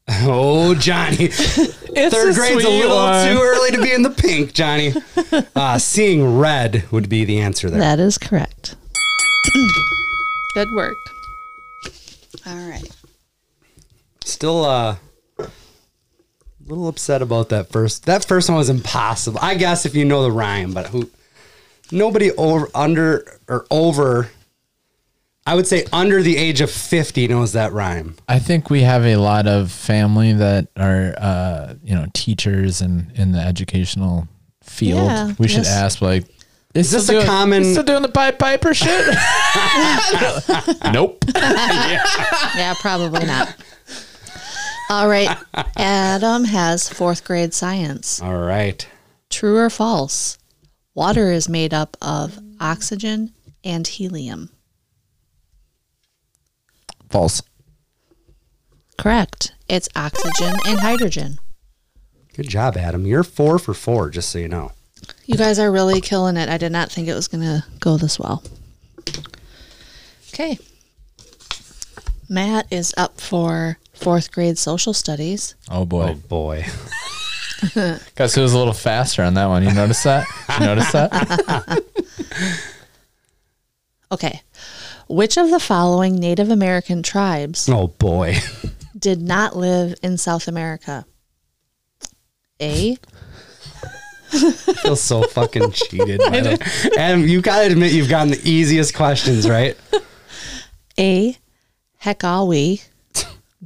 A: Oh, Johnny. Third grade's a little too early to be in the pink, Johnny. Uh, seeing red would be the answer there.
C: That is correct. Good work. All right.
A: Still uh, a little upset about that first. That first one was impossible. I guess if you know the rhyme, but who? Nobody over, under, or over. I would say under the age of fifty knows that rhyme.
B: I think we have a lot of family that are, uh, you know, teachers and in the educational field.
C: Yeah,
B: we should
C: yes.
B: ask, like, is
A: this a common-
B: Still doing the Pied Piper shit? nope.
C: Yeah, probably not. All right. Adam has fourth grade science.
A: All right.
C: True or false? Water is made up of oxygen and helium.
B: False.
C: Correct. It's oxygen and hydrogen.
A: Good job, Adam. You're four for four. Just so you know.
C: You guys are really killing it. I did not think it was going to go this well. Okay. Matt is up for fourth grade social studies.
B: Oh boy.
A: Oh boy.
B: Guys, it was a little faster on that one. You notice that? You notice that?
C: Okay. Which of the following Native American tribes
A: Oh boy.
C: did not live in South America? A.
A: I feel so fucking cheated. by that. Adam, you gotta admit you've gotten the easiest questions right.
C: A. Hekawi.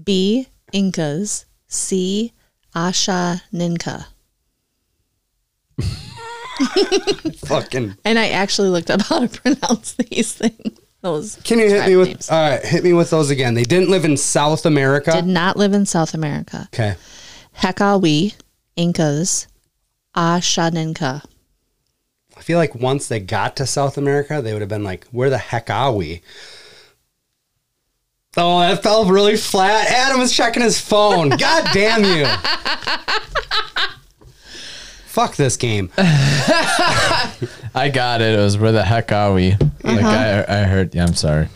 C: B. Incas. C. Asha Ninka.
A: fucking.
C: And I actually looked up how to pronounce these things. Those
A: Can you hit
C: tribe
A: me with?
C: names.
A: All right, hit me with those again. They didn't live in South America.
C: did not live in South America.
A: Okay.
C: Hekawi, Incas, Ashaninka.
A: I feel like once they got to South America, they would have been like, "Where the heck are we?" Oh, that fell really flat. Adam is checking his phone. God damn you! Fuck this game.
B: I got it. It was where the heck are we? Like I, I heard. Yeah, I'm sorry.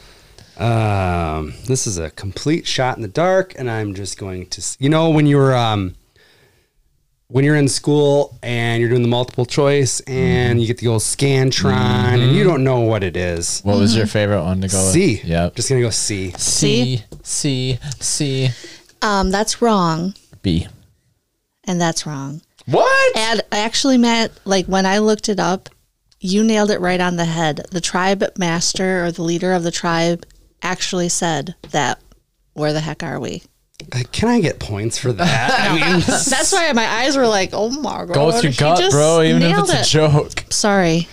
A: Um, this is a complete shot in the dark, and I'm just going to. s- You know, when you're um, when you're in school and you're doing the multiple choice,
B: Mm-hmm.
A: and you get the old scantron, and you don't know what it is.
B: What was your favorite one to Mm-hmm. go with?
A: C.
B: Yep.
A: Just gonna go C.
B: C C C
C: Um, that's wrong,
B: B.
C: and that's wrong.
A: What?
C: And actually, Matt, like when I looked it up, you nailed it right on the head. The tribe master or the leader of the tribe actually said that. Where the heck are we?
A: Uh, Can I get points for that? I mean,
C: That's why my eyes were like, "Oh my god!"
B: Go with your gut, bro. Even if it's a joke.
C: Sorry,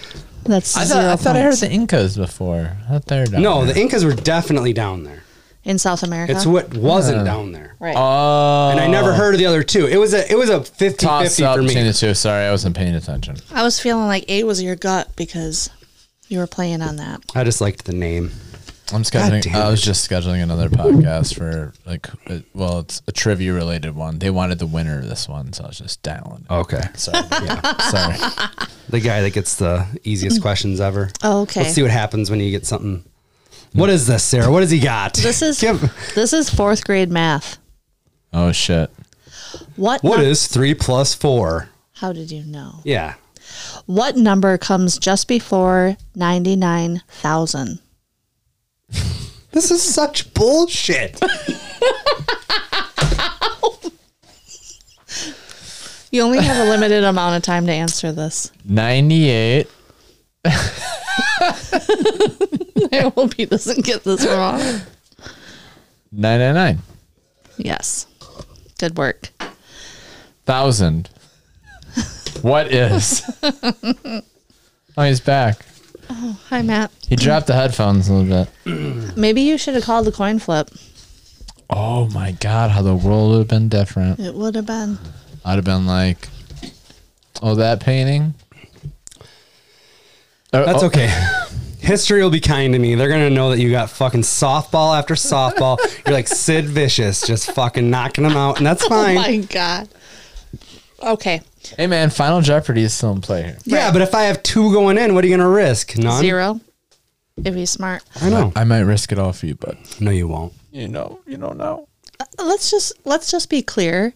C: that's
B: I thought,
C: zero
B: I thought I heard
C: points.
B: the Incas before. I thought they were down
A: no,
B: there.
A: the Incas were definitely down there.
C: in South America.
A: It's what wasn't down there.
C: right.
B: Oh,
A: And I never heard of the other two. It was a it was a 50-50
B: toss
A: for
B: up
A: me.
B: between the two. Sorry, I wasn't paying attention.
C: I was feeling like eight was your gut because you were playing on that.
A: I just liked the name.
B: I'm scheduling.
A: damn
B: I was just scheduling another podcast for like, uh, well, it's a trivia related one. They wanted the winner of this one, so I was just dialing. it.
A: Okay.
B: Sorry, sorry.
A: The guy that gets the easiest questions ever.
C: Mm. Oh, okay.
A: Let's see what happens when you get something. What is this, Sarah? What has he got?
C: This is
A: Give-
C: this is fourth grade math.
B: Oh shit!
C: What?
A: what
C: num-
A: is three plus four?
C: How did you know?
A: Yeah.
C: What number comes just before ninety nine thousand?
A: This is such bullshit.
C: You only have a limited amount of time to answer this.
B: Ninety-eight.
C: I hope he doesn't get this wrong.
B: Nine nine nine
C: Yes. Good work.
B: thousand. What is? oh, he's back.
C: Hi, Matt.
B: He dropped the headphones a little bit.
C: Maybe you should have called the coin flip.
B: Oh my god, how the world would have been different.
C: It would have been.
B: I'd have been like, "Oh, that painting." Or,
A: That's
B: "Oh,
A: okay. History will be kind to me. They're gonna know that you got fucking softball after softball. You're like Sid Vicious, just fucking knocking them out, and
C: Oh
A: that's fine.
C: god. Okay.
B: Hey man, Final Jeopardy is still in play here.
A: yeah, but if I have two going in, what are you gonna risk? None.
C: Zero. If he's smart. Uh,
A: I know.
B: I might risk it all for you, but
A: No, Oh. you won't.
B: you know, you don't know.
C: let's just let's just be clear.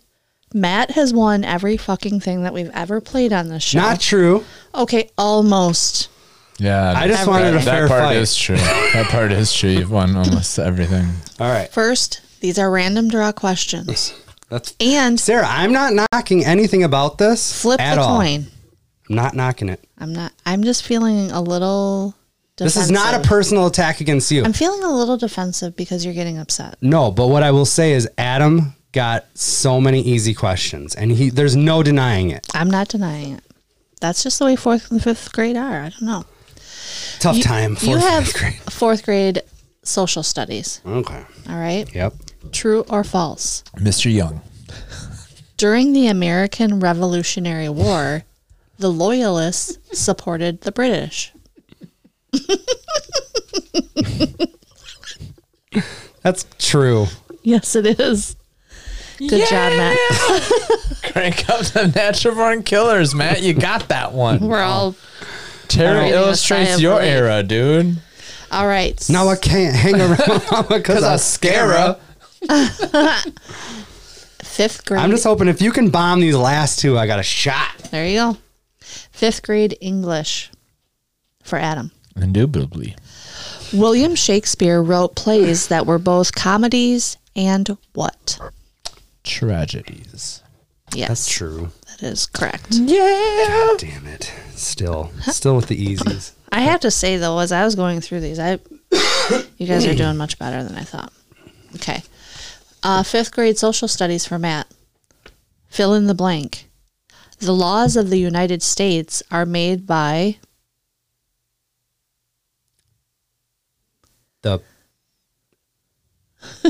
C: Matt has won every fucking thing that we've ever played on this show.
A: Not true.
C: okay, almost.
B: Yeah,
A: I just
C: Every-
A: wanted a
B: that,
A: fair
B: part
A: fight.
B: is true. That part is true. You've won almost everything.
A: All right.
C: First, these are random draw questions.
A: That's
C: And
A: Sarah, I'm not knocking anything about this.
C: flip
A: at
C: the
A: all.
C: coin.
A: I'm not knocking it.
C: I'm not I'm just feeling a little
A: This
C: defensive.
A: is not a personal attack against you.
C: I'm feeling a little defensive because you're getting upset.
A: No, but what I will say is Adam got so many easy questions, and he there's no denying it.
C: I'm not denying it. That's just the way fourth and fifth grade are. I don't know.
A: Tough time. Fourth,
C: you have
A: fifth grade.
C: fourth grade social studies.
A: Okay.
C: All right.
A: Yep.
C: True or false?
B: Mr. Young.
C: During the American Revolutionary War, the Loyalists supported the British.
A: That's true.
C: Yes, it is. Good job, Matt.
B: Crank up the natural born killers, Matt. You got that one.
C: We're all
B: Terry
C: Alright,
B: illustrates
C: Messiah
B: your
C: belief.
B: era, dude.
C: all right.
A: Now I can't hang around because I'm scared.
C: fifth grade.
A: I'm just hoping if you can bomb these last two, I got a shot.
C: there you go. Fifth grade English for Adam.
B: Indubitably.
C: William Shakespeare wrote plays that were both comedies and what?
B: Tragedies.
C: Yes,
A: That's true.
C: that is correct.
B: Yeah.
A: Damn it. Still, still with the easies.
C: I have to say though, as I was going through these, I you guys are doing much better than I thought. Okay, uh, fifth grade social studies for Matt. Fill in the blank. The laws of the United States are made by
A: The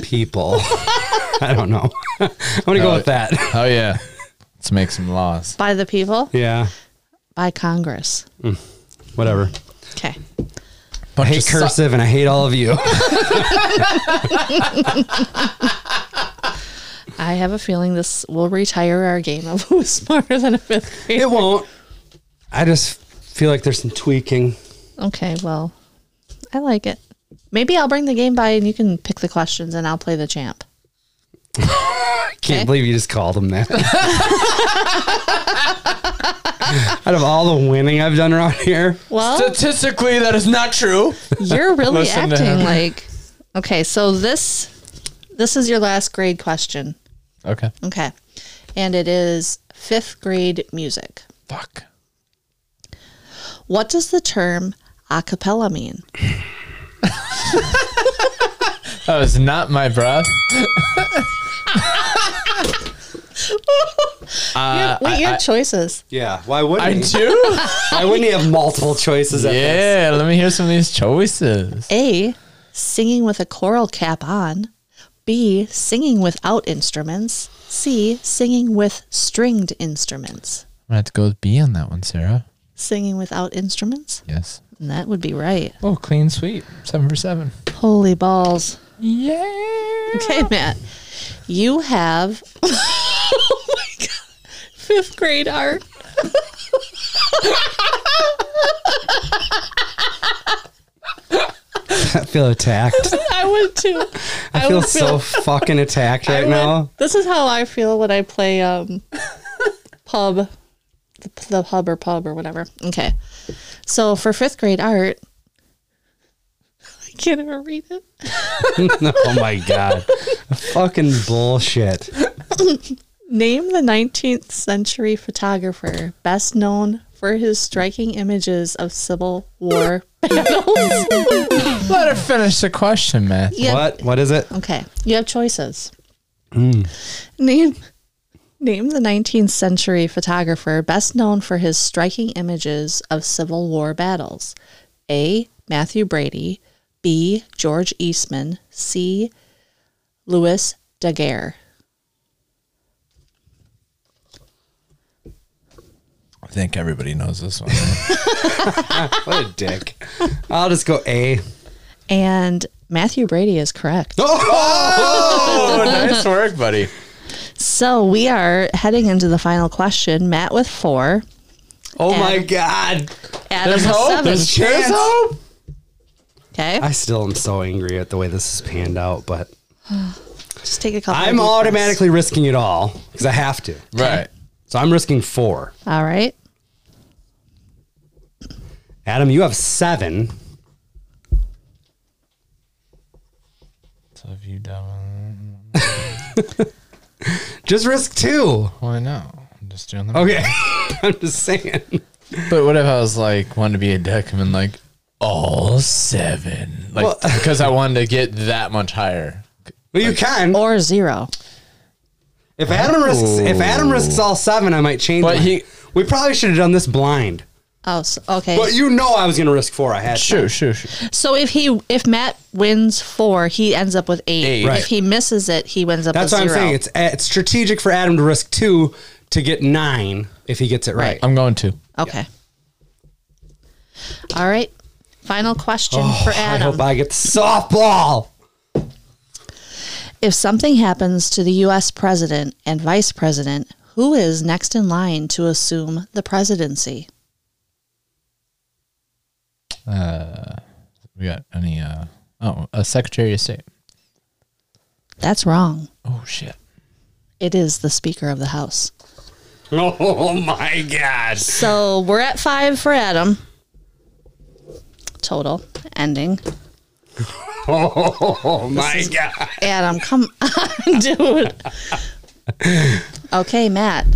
A: people. I don't know. I'm gonna go
B: No,
A: with that.
B: Oh yeah. Let's make some laws.
C: by the people
A: Yeah.
C: by Congress.
A: Whatever.
C: Okay,
A: I
B: Bunch
A: hate
B: of su-
A: cursive and I hate all of you.
C: I have a feeling this will retire our game of who's smarter than a fifth grade.
A: It won't. I just feel like there's some tweaking.
C: Okay, well, I like it. Maybe I'll bring the game by and you can pick the questions and I'll play the champ.
A: Can't
C: Okay.
A: believe you just called him that. Out of all the winning I've done around here,
C: Well,
B: Statistically, that is not true.
C: you're really
B: Listen to
C: acting
B: him.
C: like Okay, so this this is your last grade question.
B: Okay.
C: Okay. And it is 5th grade music.
B: Fuck.
C: What does the term a cappella mean?
B: That was not my breath.
C: Yeah, Wait, you have choices.
A: yeah. Why wouldn't
B: Uh, I
A: he?
B: do.
A: Why wouldn't he have multiple choices? At this?
B: yeah. Let me hear some of these choices.
C: A, singing with a choral cap on. B, singing without instruments. C, singing with stringed instruments.
B: I'm gonna have to go with B on that one, Sarah.
C: Singing without instruments?
B: Yes.
C: And that would be right.
B: Oh, clean sweep. Seven for seven.
C: Holy balls.
B: Yeah.
C: Okay, Matt. You have oh my God. fifth grade art.
A: I feel attacked.
C: I would too.
A: I feel so fucking attacked right now.
C: This is how I feel when I play um pub, the, the hub or pub or whatever. Okay, so for fifth grade art, I can't even read it.
A: oh my god! fucking bullshit.
C: Name the 19th century photographer best known for his striking images of Civil War battles.
B: Let her finish the question, Matt.
C: Yeah.
A: What? What is it?
C: Okay, you have choices.
B: Mm.
C: Name name the 19th century photographer best known for his striking images of Civil War battles. A. Matthew Brady. B. George Eastman. C. Louis Daguerre.
B: I think everybody knows this one.
A: What a dick. I'll just go A.
C: And Matthew Brady is correct.
B: oh, nice work, buddy.
C: So we are heading into the final question. Matt with four.
A: Oh my
C: And-
A: god!
C: Adam
B: There's
C: with
B: hope.
C: seven.
B: There's chance.
A: There's hope.
C: okay.
A: I still am so angry at the way this is panned out, but
C: Just take a couple. of
A: I'm
C: deep breaths.
A: automatically risking it all because I have to.
B: Right.
A: So I'm risking four.
C: All right.
A: Adam, you have seven.
B: So if you don't,
A: Just risk two.
B: well, I know. I'm just doing the.
A: Okay. I'm just saying.
B: But what if I was like wanted to be a dick and been like all seven, like
A: Well-
B: because I wanted to get that much higher.
A: Well, you can.
C: Or zero.
A: If Adam risks, if Adam risks all seven, I might change.
B: But
A: mine.
B: he-
A: we probably should have done this blind.
C: Oh, so, okay.
A: But you know, I was going to risk four. I had. to.
B: Sure, sure, sure.
C: so if he if Matt wins four, he ends up with eight.
B: Eight.
A: Right.
C: If he misses it, he wins up.
A: That's
C: with
A: what I'm
C: zero.
A: saying. It's eh, it's strategic for Adam to risk two to get nine if he gets it right.
B: I'm going to.
C: okay. All right. Final question for
A: Oh, I hope
C: Adam.
A: I get the softball.
C: if something happens to the U.S. president and vice president, who is next in line to assume the presidency?
B: We got any? uh Oh, a Secretary of State.
C: That's wrong.
B: Oh shit.
C: It is the Speaker of the House.
A: Oh my god!
C: So we're at five for Adam. Total ending.
A: Oh my god!
C: Adam, come on, dude. Okay, Matt.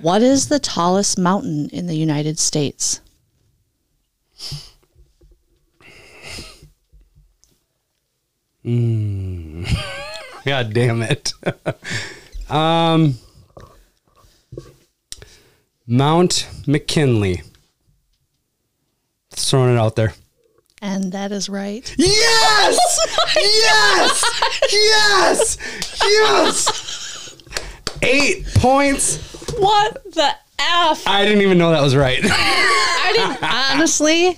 C: What is the tallest mountain in the United States?
A: God damn it! um, Mount McKinley. Just throwing it out there.
C: And that is right.
A: Yes! yes! Yes! Yes! Eight points.
C: What the F?
A: I didn't even know that was right.
C: I didn't, honestly,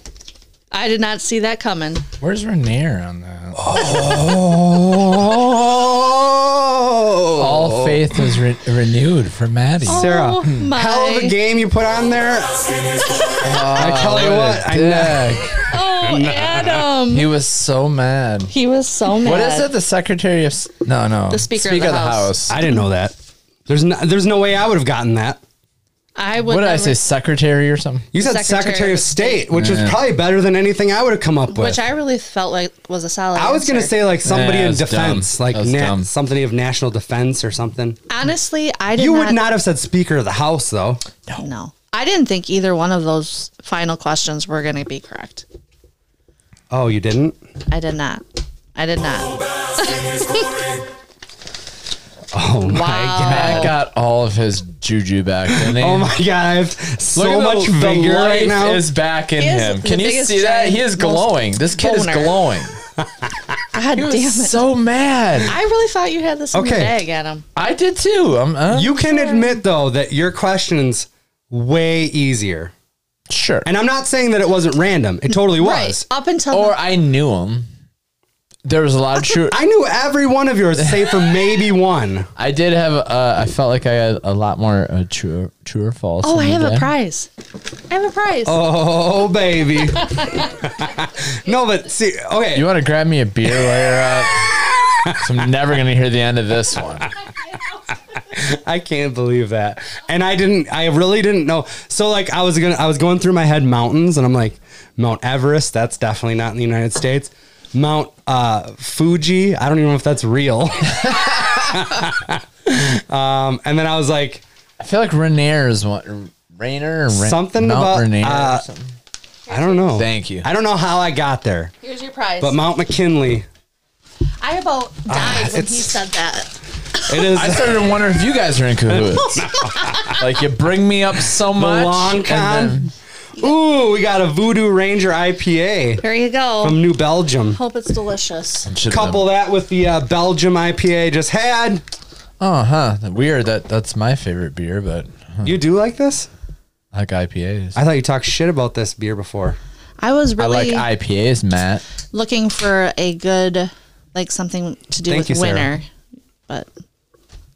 C: I did not see that coming.
B: Where's Rainier on that?
A: oh!
B: All faith was re- renewed for Maddie.
A: Sarah, Hmm.
C: Oh my.
A: hell of a game you put on there.
B: Oh,
A: I tell you what, I know.
C: Oh, Adam.
B: He was so mad.
C: He was so mad.
B: What is it? The Secretary of S- No, no. The
C: Speaker of the House.
A: I didn't know that. There's no, there's no way I would have gotten that.
C: I would
B: What did I
C: never-
B: say? Secretary or something?
A: You said Secretary,
C: Secretary
A: of
C: of
A: State, which was probably better than anything I would have come up with.
C: Which I really felt like was a solid.
A: I was gonna
C: answer.
A: say like somebody
B: Yeah,
A: in
B: that's
A: defense,
B: dumb.
A: like
B: That's
A: na-
B: dumb.
A: somebody of national defense or something.
C: honestly, I did
A: You
C: not,
A: would not have said Speaker of the House though.
C: No, I didn't think either one of those final questions were going to be correct.
A: Oh, you didn't.
C: I did not. I did not.
A: Oh my god.
C: Uh,
B: Matt got all of his juju back. And
A: Oh my god. I have so much
B: the
A: vigor right
B: life
A: now.
B: is back in
C: He is
B: him.
C: the
B: Can you
C: biggest
B: see that? He
C: giant,
B: is glowing.
C: most
B: This kid
C: boner.
B: is glowing.
C: God damn
B: He
C: it!
B: was so mad.
C: I really thought you had this in
A: Okay.
C: the bag, Adam.
B: I did too. I'm uh,
A: you can admit though that your questions way easier.
B: sure.
A: And I'm not saying that it wasn't random. It totally was.
C: Up until
B: Or
C: the,
B: I knew him. There was a lot of true.
A: I knew every one of yours save for maybe one.
B: I did have. Uh, I felt like I had a lot more uh, true, true or false.
C: oh,
B: in
C: I
B: the
C: have a
B: day.
C: prize. I have a prize.
A: Oh baby. no, but see okay.
B: You want to grab me a beer later up? 'Cause I'm never gonna hear the end of this one.
A: I can't believe that. And I didn't I really didn't know. So like I was gonna I was going through my head mountains and I'm like, Mount Everest, that's definitely not in the United States. Mount uh Fuji, I don't even know if that's real. um and then I was like
B: I feel like Rainier is one. Rainer, Ra-
A: Something
B: Mount
A: about,
B: Rainier. or
A: uh,
B: something.
A: I don't know.
B: Thank you.
A: I don't know how I got there.
C: Here's your prize.
A: But Mount McKinley,
C: I about died when he
A: it's-
C: said that.
A: it is
B: I started to wonder if you guys are in cahoots. like you bring me up so
A: the
B: much.
A: long
B: and
A: con.
B: then-
A: Ooh, we got a Voodoo Ranger IPA
C: There you go.
A: from New Belgium.
C: Hope it's delicious.
B: Should've
A: Couple that with the uh, Belgium IPA just had.
B: done- Oh, huh. Weird. That that's my favorite beer, but
A: You do like this?
B: I like IPAs.
A: I thought you talked shit about this beer before.
C: I was
B: I like
C: really
B: IPAs, Matt.
C: looking for a good, like something to do
A: Thank
C: with
A: you, Sarah.
C: winter, but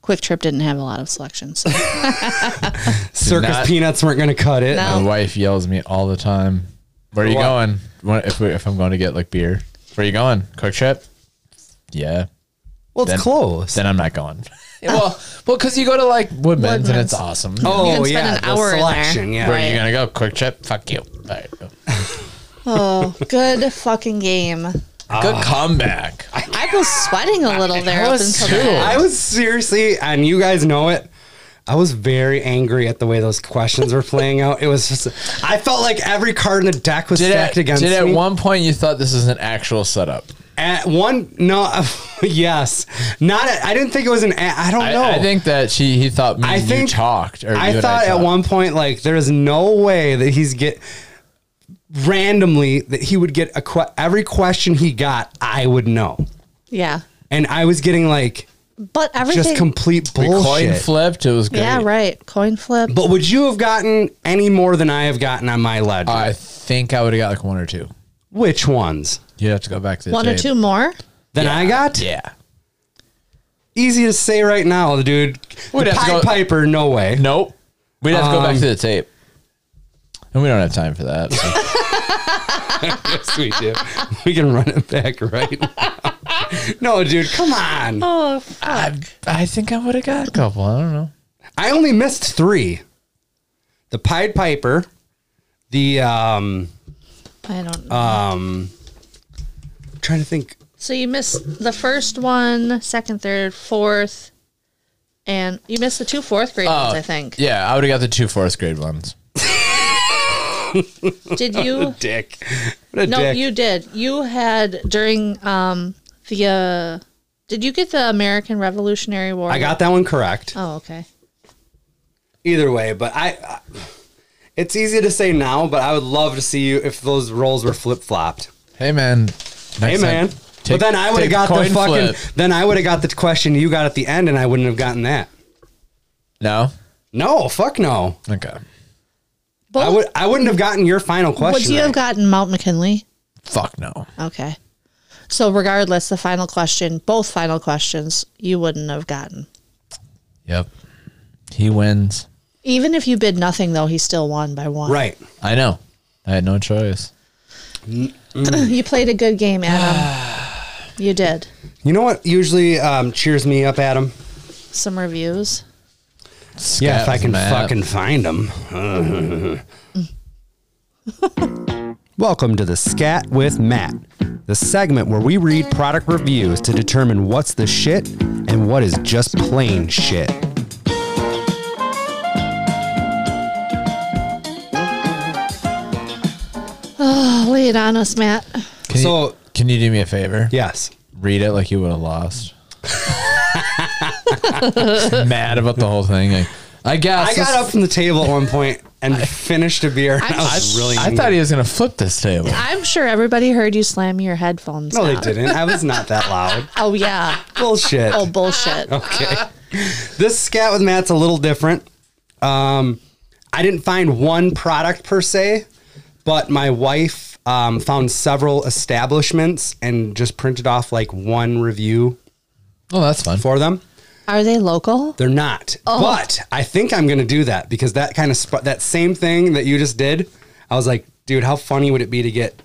C: Quick Trip didn't have a lot of selections.
A: Circus
B: not-
A: peanuts weren't going to cut it.
C: No.
B: My wife yells at me all the time. Where are you
A: what?
B: going? When, if, we, if I'm going to get like beer, where are you going? Quick trip? Yeah.
A: Well, it's
B: Then-
A: close.
B: Then I'm not going. well, well, because you go to like Woodman's, and it's
C: Woodman's.
B: awesome.
A: oh
C: You can spend
A: yeah,
C: an
A: the
C: hour in there.
A: selection. Yeah,
B: where are
C: right.
B: you gonna go? Quick trip? Fuck you. All right. Good
C: Oh, good fucking game.
B: Ah. comeback.
C: I was sweating a little there up
B: was
C: until
B: too.
C: the end.
A: I was seriously, and you guys know it. I was very angry at the way those questions were playing out. It was just, I felt like every card in the deck was
B: Did,
A: stacked
B: at,
A: against
B: did at
A: me.
B: one point you thought this is an actual setup?
A: At one, no, yes, not. At, I didn't think it was an. a- I don't
B: I,
A: know.
B: I think that she he thought me
A: I
B: and
A: think-
B: you talked. Or you
A: I
B: and
A: thought at
B: talked.
A: one point like there is no way that he's get randomly that he would get a que- every question he got I would know,
C: Yeah.
A: and I was getting like
C: But everything.
A: just complete
B: we coin
A: bullshit.
B: flipped. It was great.
C: yeah, right. Coin flip.
A: But would you have gotten any more than I have gotten on my ledger?
B: I think I would have got like one or two.
A: Which ones?
B: You have to go back to the
C: One or
B: tape.
C: two more?
A: Than I got?
B: Yeah.
A: Easy to say right now, dude.
B: We'd
A: the
B: have to
A: Pied
B: go-
A: Piper, no way.
B: Nope. We'd have to go back
A: Um,
B: to the tape. And we don't have time for that. so-
A: Yes, we do. We can run it back right now. no, dude, come on.
C: Oh,
B: I, I think I would have got a couple. I don't know.
A: I only missed three. The Pied Piper, the um
C: I don't
A: Uh,
C: know.
A: trying to think.
C: so you missed the first one, second, third, fourth, and you missed the two fourth grade
A: Uh,
C: ones, I think.
B: Yeah, I would have got the two fourth grade ones.
C: Did you?
A: Dick. What a
C: No,
A: dick.
C: you did. You had during um, the. Uh, did you get the American Revolutionary War?
A: I got that one correct.
C: Oh, okay.
A: Either way, but I, I it's easy to say now, but I would love to see you if those roles were flip flopped.
B: Hey man. Next
A: Hey
B: time,
A: man.
B: take-
A: but then I would have
B: take
A: got the
B: coin
A: fucking
B: flip.
A: then I would have got the question you got at the end and I wouldn't have gotten that.
B: No.
A: No, fuck no.
B: Okay.
C: Both,
A: I would I wouldn't have gotten your final question.
C: would Oh. you have
A: right.
C: gotten Mount McKinley?
B: Fuck no.
C: Okay. So regardless, the final question, both final questions, you wouldn't have gotten.
B: Yep. He wins.
C: Even if you bid nothing, though, he still won by one.
A: Right.
B: I know. I had no choice.
C: You played a good game, Adam. you did.
A: You know what usually um, cheers me up, Adam?
C: Some reviews.
A: Yeah, if I
B: Scat
A: can
B: map.
A: fucking find them. Welcome to the Scat with Matt, the segment where we read product reviews to determine what's the shit and what is just plain shit.
C: Oh, lay it on us, Matt.
B: Can
A: So-
B: you, can you do me a favor?
A: Yes.
B: Read it like you would have lost. mad about the whole thing. Like, I guess
A: I got up from the table at one point and finished a beer. And I, was really
B: I thought he was gonna flip this table.
C: I'm sure everybody heard you slam your headphones.
A: No, they
C: down.
A: didn't. I was not that loud.
C: Oh yeah.
A: Bullshit.
C: Oh bullshit.
A: Okay. This scat with Matt's a little different. Um, I didn't find one product per se, but my wife um, found several establishments and just printed off like one review
B: Oh, that's fun.
A: for them.
C: Are they local?
A: They're not,
C: Oh.
A: but I think I'm gonna do that because that kind of sp- that same thing that you just did. I was like, dude, how funny would it be to get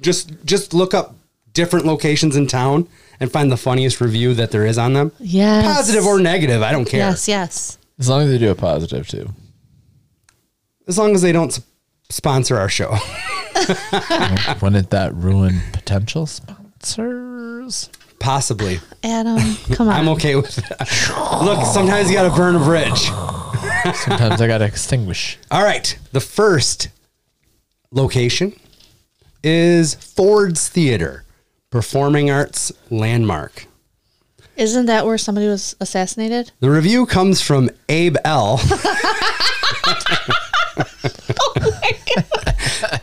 A: just just look up different locations in town and find the funniest review that there is on them.
C: Yes.
A: Positive or negative, I don't care.
C: Yes, yes.
B: As long as they do a positive too.
A: as long as they don't s- sponsor our show.
B: Wouldn't that ruin potential sponsors?
C: Uh.
A: Possibly.
C: Adam, come on.
A: I'm okay with that. Look, sometimes you got to burn a bridge.
B: Sometimes I gotta extinguish.
A: All right. The first location is Ford's Theater, Performing Arts Landmark.
C: Isn't that where somebody was assassinated?
A: The review comes from Abe L.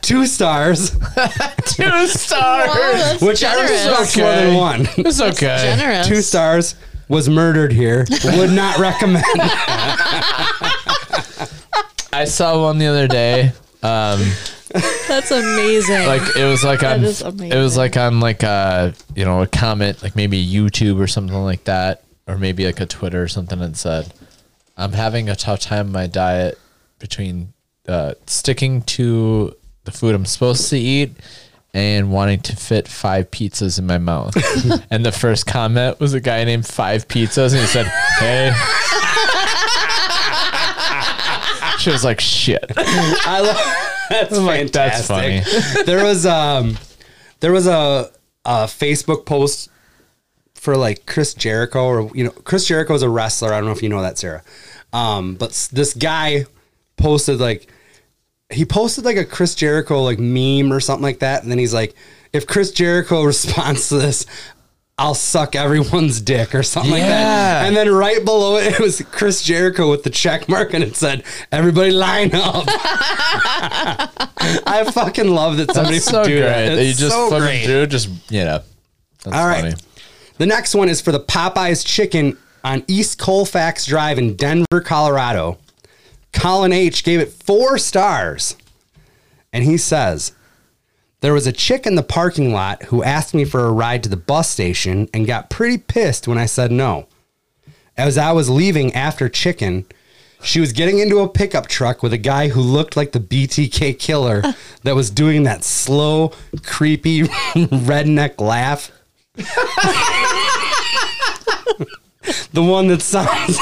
A: Two stars,
B: Two
C: Oh,
B: stars.
C: that's
A: which I
C: generous.
A: respect more than
B: Okay.
A: one.
B: It's okay.
C: Generous.
A: Two stars was murdered here. Would not recommend.
B: I saw one the other day. Um,
C: That's amazing.
B: like it was like on
C: is
B: it was like on like uh you know a comment like maybe YouTube or something like that or maybe like a Twitter or something and said I'm having a tough time with my diet between uh, sticking to the food I'm supposed to eat and wanting to fit five pizzas in my mouth. and the first comment was a guy named Five Pizzas, and he said, "Hey." She was like, "Shit."
A: I love that's
B: like, that's
A: fantastic. there was um there was a a Facebook post for like Chris Jericho or you know Chris Jericho is a wrestler. I don't know if you know that Sarah. Um but s- this guy posted like he posted like a Chris Jericho like meme or something like that and then he's like if Chris Jericho responds to this I'll suck everyone's dick or something like
B: Yeah.
A: that. And then right below it, it was Chris Jericho with the check mark and it said, Everybody line up. I fucking love that somebody
B: That's so
A: would do
B: great.
A: that.
B: that you
A: It's
B: just
A: so
B: fucking
A: great.
B: do just you know. That's
A: All right.
B: funny.
A: The next one is for the Popeyes chicken on East Colfax Drive in Denver, Colorado. Colin H gave it four stars. And he says, There was a chick in the parking lot who asked me for a ride to the bus station and got pretty pissed when I said no. As I was leaving after chicken, she was getting into a pickup truck with a guy who looked like the BTK killer that was doing that slow, creepy redneck laugh. The one that sounds.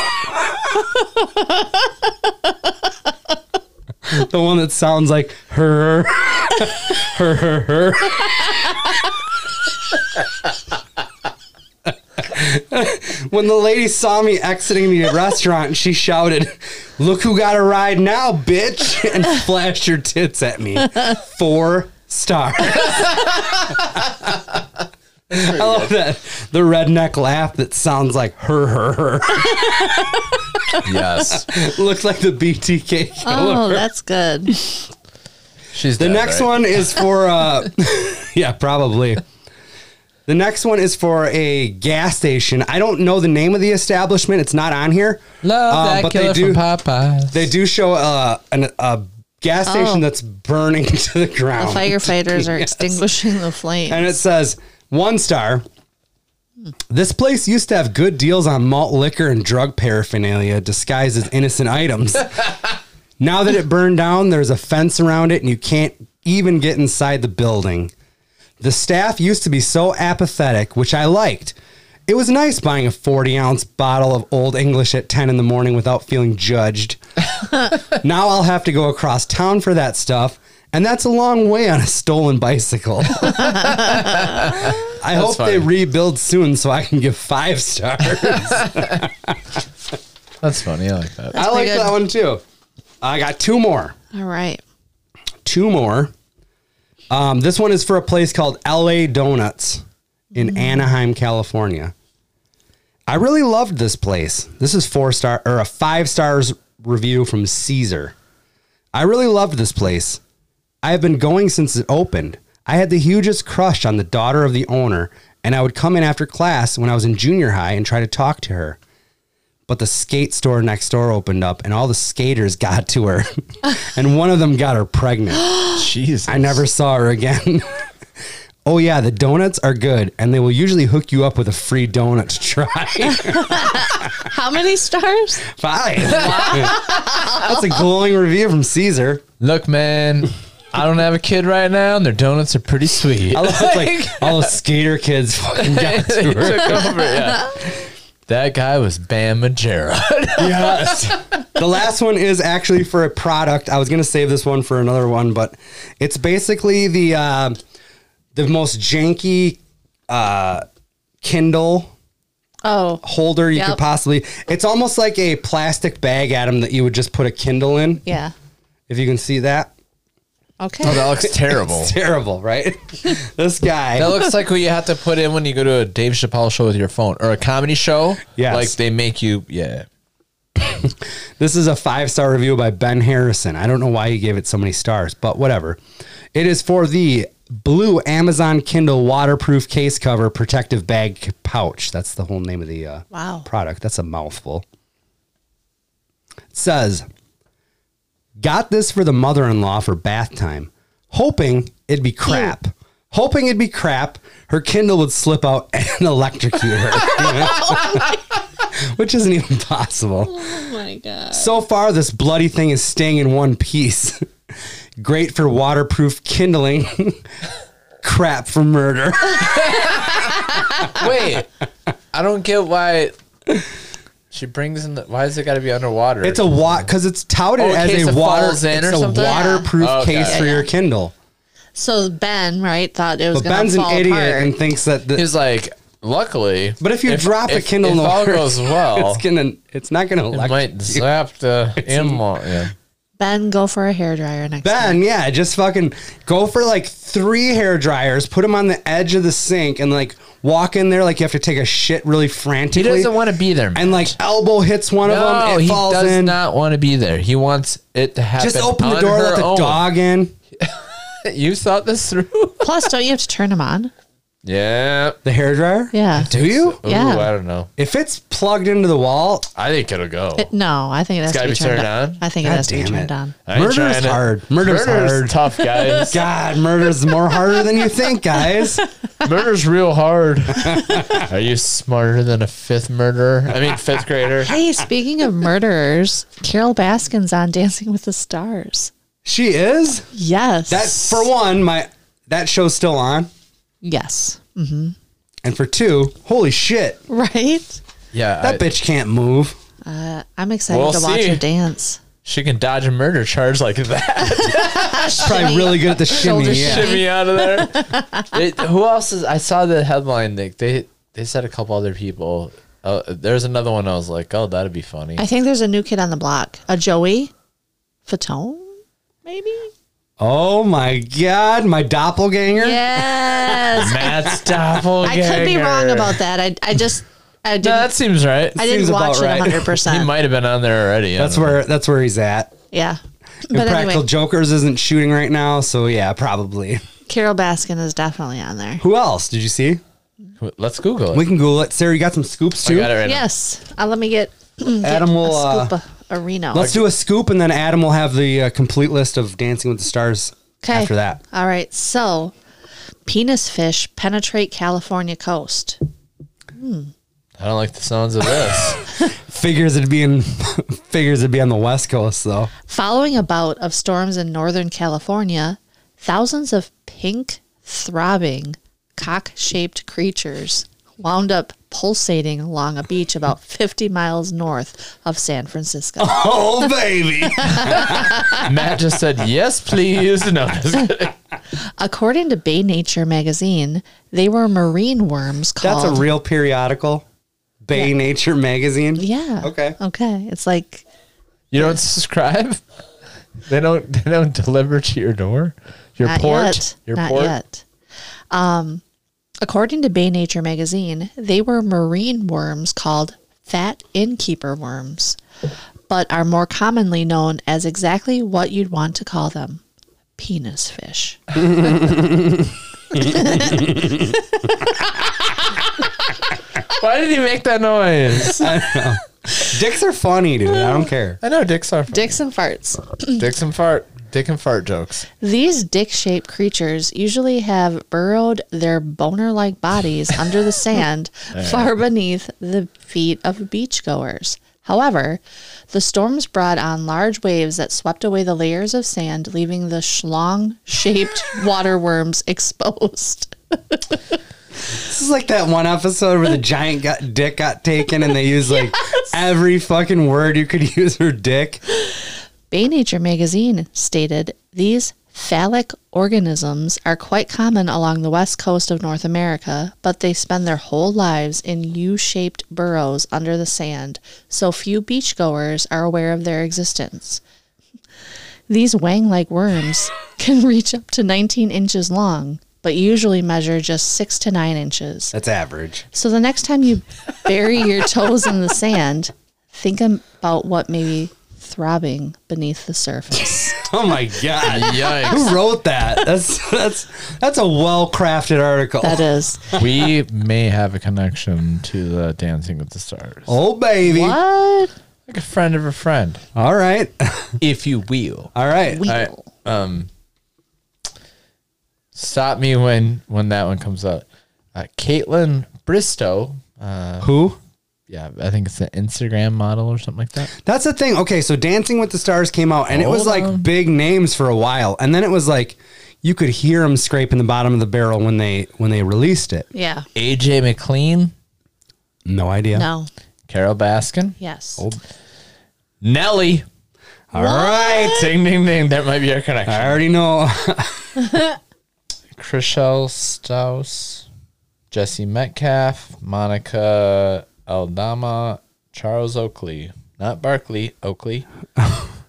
A: the one that sounds like her. her, her, her. when the lady saw me exiting the restaurant, she shouted, Look who got a ride now, bitch! And flashed her tits at me. Four stars. I love that. The redneck laugh that sounds like her, her, her.
B: Yes.
A: Looks like the BTK killer.
C: Oh, that's good.
B: She's
A: The next one is for uh yeah, probably. The next one is for a gas station. I don't know the name of the establishment. It's not on here.
B: Love
A: Um,
B: that killer
A: they do
B: from Popeyes.
A: they do show uh, an, a gas station
C: Oh.
A: that's burning to the
C: The
A: ground.
C: firefighters are extinguishing the flame.
A: Oh, and it says one star. This place used to have good deals on malt liquor and drug paraphernalia disguised as innocent items. now that it burned down, there's a fence around it and you can't even get inside the building. The staff used to be so apathetic, which I liked. It was nice buying a 40 ounce bottle of Old English at 10 in the morning without feeling judged. now I'll have to go across town for that stuff, and that's a long way on a stolen bicycle. I hope they
B: funny.
A: rebuild soon so I can give five stars.
B: That's funny. I like that.
A: I like
C: pretty good.
A: that one too. I got two more.
C: All right.
A: two more. Um, this one is for a place called LA Donuts in Anaheim, California. I really loved this place. This is four star or a five stars review from Caesar. I really loved this place. I have been going since it opened. I had the hugest crush on the daughter of the owner, and I would come in after class when I was in junior high and try to talk to her. But the skate store next door opened up, and all the skaters got to her, and one of them got her pregnant.
B: Jesus.
A: I never saw her again. oh yeah, the donuts are good, and they will usually hook you up with a free donut to try.
C: How many stars?
A: Fine. That's a glowing review from Caesar.
B: Look, man, I don't have a kid right now, and their donuts are pretty sweet.
A: I love it's like all those skater kids fucking got
B: They
A: to her.
B: took over, yeah. That guy was Bam Majera.
A: Yes. the last one is actually for a product. I was gonna save this one for another one, but it's basically the uh, the most janky uh, Kindle
C: Oh,
A: holder you could
C: Yep.
A: possibly. It's almost like a plastic bag Adam that you would just put a Kindle in.
C: yeah.
A: If you can see that,
C: Okay.
B: Oh, that looks terrible.
A: terrible, right? this guy.
B: That looks like what you have to put in when you go to a Dave Chappelle show with your phone or a comedy show.
A: Yes.
B: Like they make you, yeah.
A: This is a five star review by Ben Harrison. I don't know why he gave it so many stars, but whatever. It is for the blue Amazon Kindle waterproof case cover protective bag pouch. That's the whole name of the uh,
C: Wow.
A: product. That's a mouthful. It says, Got this for the mother in law for bath time, hoping it'd be crap. Hoping it'd be crap, her Kindle would slip out and electrocute her, which isn't even possible.
C: Oh my god.
A: So far, this bloody thing is staying in one piece. Great for waterproof kindling. crap for murder.
B: Wait, I don't get why she brings in the. Why does it got to be underwater?
A: It's a water because it's touted
B: Oh, in
A: as
B: case
A: a
B: it
A: water.
B: falls in
A: it's
B: or
A: a
B: something?
A: waterproof
B: Yeah. Okay.
A: case for
C: Yeah,
A: your
C: yeah.
A: Kindle.
C: So Ben, right, thought it was
A: But
C: going
A: Ben's
C: to
A: an
C: fall
A: idiot
C: apart.
A: and thinks that the,
B: He's like, luckily.
A: But if you drop a Kindle in
B: if,
A: the
B: if all
A: water,
B: goes well,
A: it's gonna it's not gonna
B: it
A: elect
B: might zap the animal. Yeah.
C: ben, go for a hairdryer next time.
A: Ben, yeah, just fucking go for like three hair dryers, put them on the edge of the sink, and like walk in there like you have to take a shit really
B: He
A: frantically.
B: doesn't want to be there. Man.
A: and like elbow hits one of
B: no,
A: them, it
B: he
A: falls
B: does
A: in.
B: not want to be there. He wants it to happen.
A: just open the
B: on
A: door,
B: her
A: let the
B: own.
A: dog in.
B: You thought this through?
C: Plus, don't you have to turn them on?
B: yeah.
A: The hair dryer.
C: Yeah.
A: Do you?
B: Ooh,
C: Yeah.
B: I don't know.
A: If it's plugged into the wall,
B: I think it'll go.
C: It- no, I think it has
B: gotta
C: to
B: be
C: be, turned
B: turned
C: on.
B: on?
C: I think it
A: God
C: has to be
A: damn
C: turned
A: it.
C: on.
B: I ain't
A: Murder's
B: trying to-
A: hard. Murder's hard.
B: tough, guys.
A: God, murder's more harder than you think, guys.
B: Murder's real hard. Are you smarter than a fifth murderer? I mean, fifth grader.
C: Hey, speaking of murderers, Carol Baskin's on Dancing with the Stars.
A: She is.
C: Yes.
A: That for one, my that show's still on,
C: yes.
A: and for two, holy shit,
C: Right?
B: Yeah,
A: that
B: I-
A: bitch can't move.
C: Uh, I'm excited
B: We'll
C: to watch
B: see.
C: her dance.
B: she can dodge a murder charge like that.
A: Probably really good at the shimmy.
C: Shoulder
A: Yeah.
C: shimmy.
B: Shimmy out of there. It- who else is? I saw the headline. They they, they said a couple other people. Uh, there's another one. I was like, oh, that'd be funny.
C: I think there's a new kid on the block. A Joey Fatone, maybe?
A: Oh my god, my doppelganger.
C: Yes.
B: Matt's doppelganger.
C: I could be wrong about that. I, I just, I didn't,
B: No, that seems right.
C: I didn't
A: seems about
C: watch
A: right.
C: it
B: He
C: 100%.
B: might have been on there already. I
A: That's
B: don't know.
A: where that's where he's at.
C: yeah. But
A: Impractical
C: anyway,
A: Jokers isn't shooting right now, so yeah, probably.
C: Carol Baskin is definitely on there.
A: Who else did you see?
B: Let's Google it.
A: We can Google it. Sarah, you got some scoops
B: I
A: too.
B: got it right
C: Yes. Uh, let me get
A: Adam will.
C: a
A: Uh,
C: scoop of Reno.
A: let's do a scoop, and then Adam will have the uh, complete list of Dancing with the Stars. After that,
C: All right. So, penis fish penetrate California coast.
B: now. I don't like the sounds of this.
A: figures it'd be in figures it'd be on the West Coast though.
C: Following a bout of storms in Northern California, thousands of pink, throbbing, cock shaped creatures wound up pulsating along a beach about 50 miles north of San Francisco.
A: Oh baby,
B: Matt just said, yes, please. No, I'm just kidding.
C: According to Bay Nature magazine, they were marine worms
A: that's
C: called.
A: a real periodical. Bay Nature magazine.
C: Yeah. Oh.
A: Okay.
C: Okay. It's like
B: You don't subscribe. They don't. They don't deliver to your door. Your
C: Not
B: port.
C: Yet.
B: Your
C: Not
B: port.
C: yet. Um, according to Bay Nature magazine, they were marine worms called fat innkeeper worms, but are more commonly known as exactly what you'd want to call them penis fish.
B: Why did he make that noise?
A: Dicks are funny, dude. I don't care.
B: I know dicks are
C: Dicks and farts.
B: dicks and fart. Dick and fart jokes.
C: These dick shaped creatures usually have burrowed their boner like bodies under the sand far beneath the feet of beachgoers. However, the storms brought on large waves that swept away the layers of sand, leaving the schlong shaped water worms exposed.
A: This is like that one episode where the giant got, dick got taken, and they used like every fucking word you could use for dick.
C: Bay Nature magazine stated these phallic organisms are quite common along the west coast of North America, but they spend their whole lives in U shaped burrows under the sand, so few beachgoers are aware of their existence. These wang like worms can reach up to 19 inches long, but usually measure just 6 to 9 inches.
A: That's average.
C: So the next time you bury your toes in the sand, think about what may be throbbing beneath the surface.
A: Oh my god.
B: Yikes!
A: Who wrote that? That's that's that's a well crafted article.
C: That
B: Oh.
C: is.
B: we may have a connection to the Dancing with the Stars.
A: oh baby.
C: What?
B: Like a friend of a friend,
A: All right.
B: if you will.
A: All right.
C: Wheel.
B: right. Stop me when when that one comes out. Uh, Caitlin Bristow. Uh,
A: Who?
B: yeah, I think it's an Instagram model or something like that.
A: That's the thing. Okay, so Dancing with the Stars came out and it was
B: Hold
A: like
B: on.
A: big names for a while. And then it was like you could hear them scraping the bottom of the barrel when they when they released it.
C: Yeah.
B: AJ McLean,
A: No idea.
C: No.
B: Carol Baskin,
C: Yes.
B: Oh. Nelly.
A: All right.
B: Ding ding ding. That might be our connection.
A: I already know.
B: Chriselle Staus, Jesse Metcalf, Monica Aldama, Charles Oakley. Not Barkley, Oakley.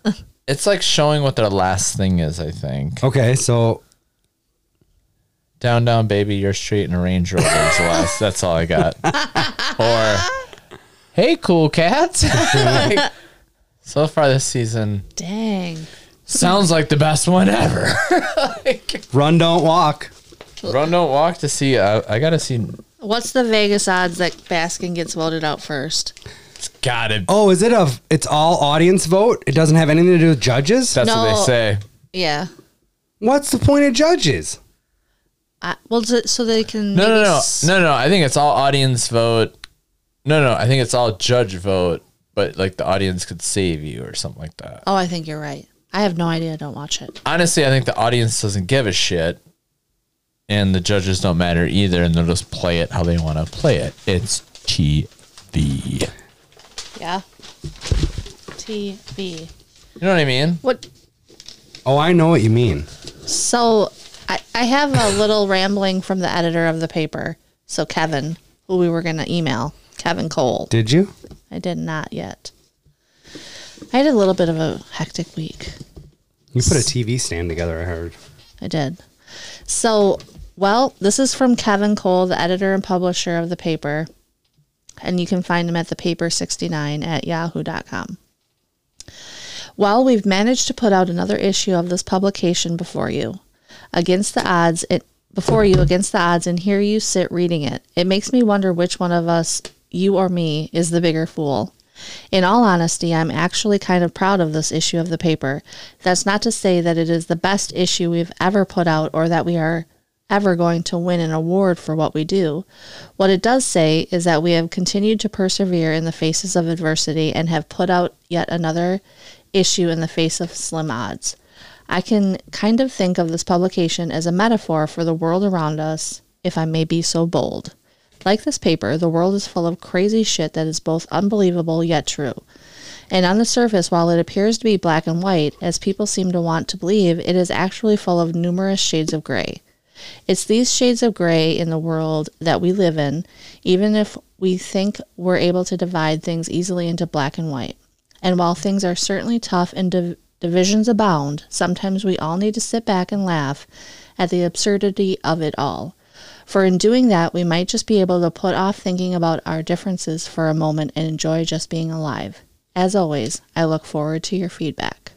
B: it's like showing what their last thing is, I think.
A: okay, so
B: Down Down Baby, Your Street, and a Range Rover is the last. That's all I got. or Hey Cool Cats. Like, so far this season
C: Dang.
B: sounds like the best one ever. like,
A: run, don't walk.
B: run don't walk to see uh, I gotta see
C: What's the Vegas odds that Baskin gets voted out first?
B: it's gotta
A: Oh, is it a? It's all audience vote. It doesn't have anything to do with judges.
B: That's what they
C: No.
B: say.
C: Yeah.
A: What's the point of judges?
C: I, well, so so they can.
B: No, no,
C: maybe
B: no,
C: s-
B: no, no. I think it's all audience vote. No, no. I think it's all judge vote, but like the audience could save you or something like that.
C: Oh, I think you're right. I have no idea. Don't watch it.
B: Honestly, I think the audience doesn't give a shit, and the judges don't matter either, and they'll just play it how they want to play it. It's TV. You
C: Yeah. TV.
B: know what I mean?
C: What?
A: Oh, I know what you mean.
C: So I, I have a little rambling from the editor of the paper. So Kevin, who we were going to email, Kevin Cole.
A: Did you?
C: I did not yet. I had a little bit of a hectic week.
A: You put a TV stand together. I heard.
C: I did. So, well, this is from Kevin Cole, the editor and publisher of the paper. And you can find him at thepaper69 at yahoo.com. Well, we've managed to put out another issue of this publication before you. Against the odds, it before you against the odds and here you sit reading it. It makes me wonder which one of us, you or me, is the bigger fool. In all honesty, I'm actually kind of proud of this issue of the paper. That's not to say that it is the best issue we've ever put out or that we are ever going to win an award for what we do. What it does say is that we have continued to persevere in the faces of adversity and have put out yet another issue in the face of slim odds. I can kind of think of this publication as a metaphor for the world around us, if I may be so bold. Like this paper, the world is full of crazy shit that is both unbelievable yet true. And on the surface, while it appears to be black and white, as people seem to want to believe, it is actually full of numerous shades of gray. It's these shades of gray in the world that we live in, even if we think we're able to divide things easily into black and white. And while things are certainly tough and div- divisions abound, sometimes we all need to sit back and laugh at the absurdity of it all. For in doing that, we might just be able to put off thinking about our differences for a moment and enjoy just being alive. As always, I look forward to your feedback.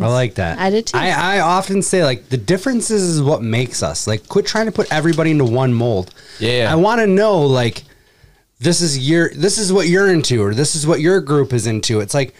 A: I like that.
C: I did too.
A: I, I often say like the differences is what makes us. Like, quit trying to put everybody into one mold.
B: Yeah.
A: I want to know like this is your this is what you're into or this is what your group is into. It's like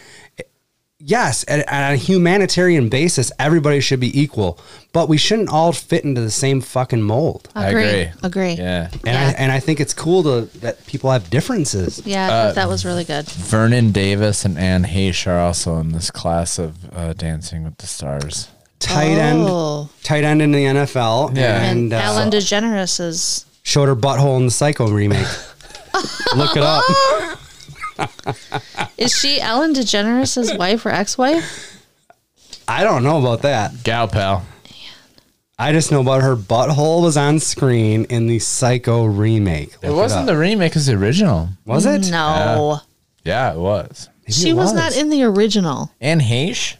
A: yes, at, at a humanitarian basis, everybody should be equal, but we shouldn't all fit into the same fucking mold.
B: agree.
C: Agree.
B: Yeah.
A: And I
C: Oh, Yeah.
A: and I think it's cool to that people have differences.
C: Yeah, I thought that was really good.
B: Vernon Davis and Anne Heche are also in this class of uh, Dancing with the Stars.
A: Tight
C: Oh.
A: end, tight end in the NFL,
B: Yeah.
A: and,
C: And,
A: uh,
C: Ellen DeGeneres is
A: showed her butthole in the Psycho remake. Look it up.
C: is she Ellen DeGeneres' wife or ex-wife?
A: I don't know about that.
B: Gal pal.
A: I just know about her butthole was on screen in the Psycho remake.
B: It wasn't the remake, it was the original.
A: was it?
C: No,
B: Yeah, it was.
A: Maybe
C: she
A: it
C: was. not in the original.
B: Anne Heche?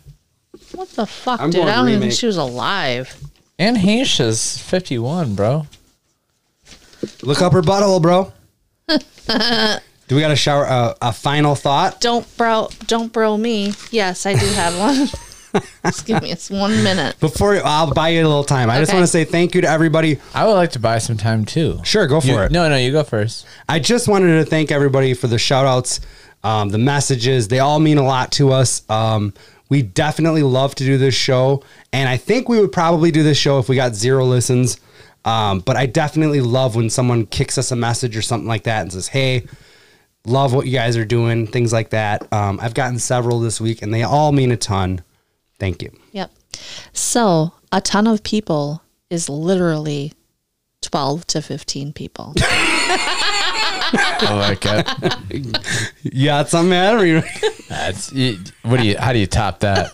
C: What the fuck,
A: I'm
C: dude?
A: going
C: I don't even think
A: remake.
C: she was alive.
B: Anne Heche is 51, bro.
A: Look up her butthole, bro. Do we got a shower? Uh, a final thought?
C: Don't bro, don't bro me. Yes, I do have one. Just give me it's one minute.
A: Before I'll buy you a little time. I just
C: Okay.
A: want to say thank you to everybody.
B: I would like to buy some time too.
A: Sure, go for
B: You-
A: it.
B: No, no, you go first.
A: I just wanted to thank everybody for the shout outs, um, the messages. They all mean a lot to us. Um, we definitely love to do this show. And I think we would probably do this show if we got zero listens. Um, but I definitely love when someone kicks us a message or something like that and says, hey, love what you guys are doing, things like that. Um, I've gotten several this week and they all mean a ton. Thank you.
C: Yep. So a ton of people is literally 12 to 15 people.
B: I like it.
A: You got something, Adam? Or you-
B: That's, you- what do you? How do you top that?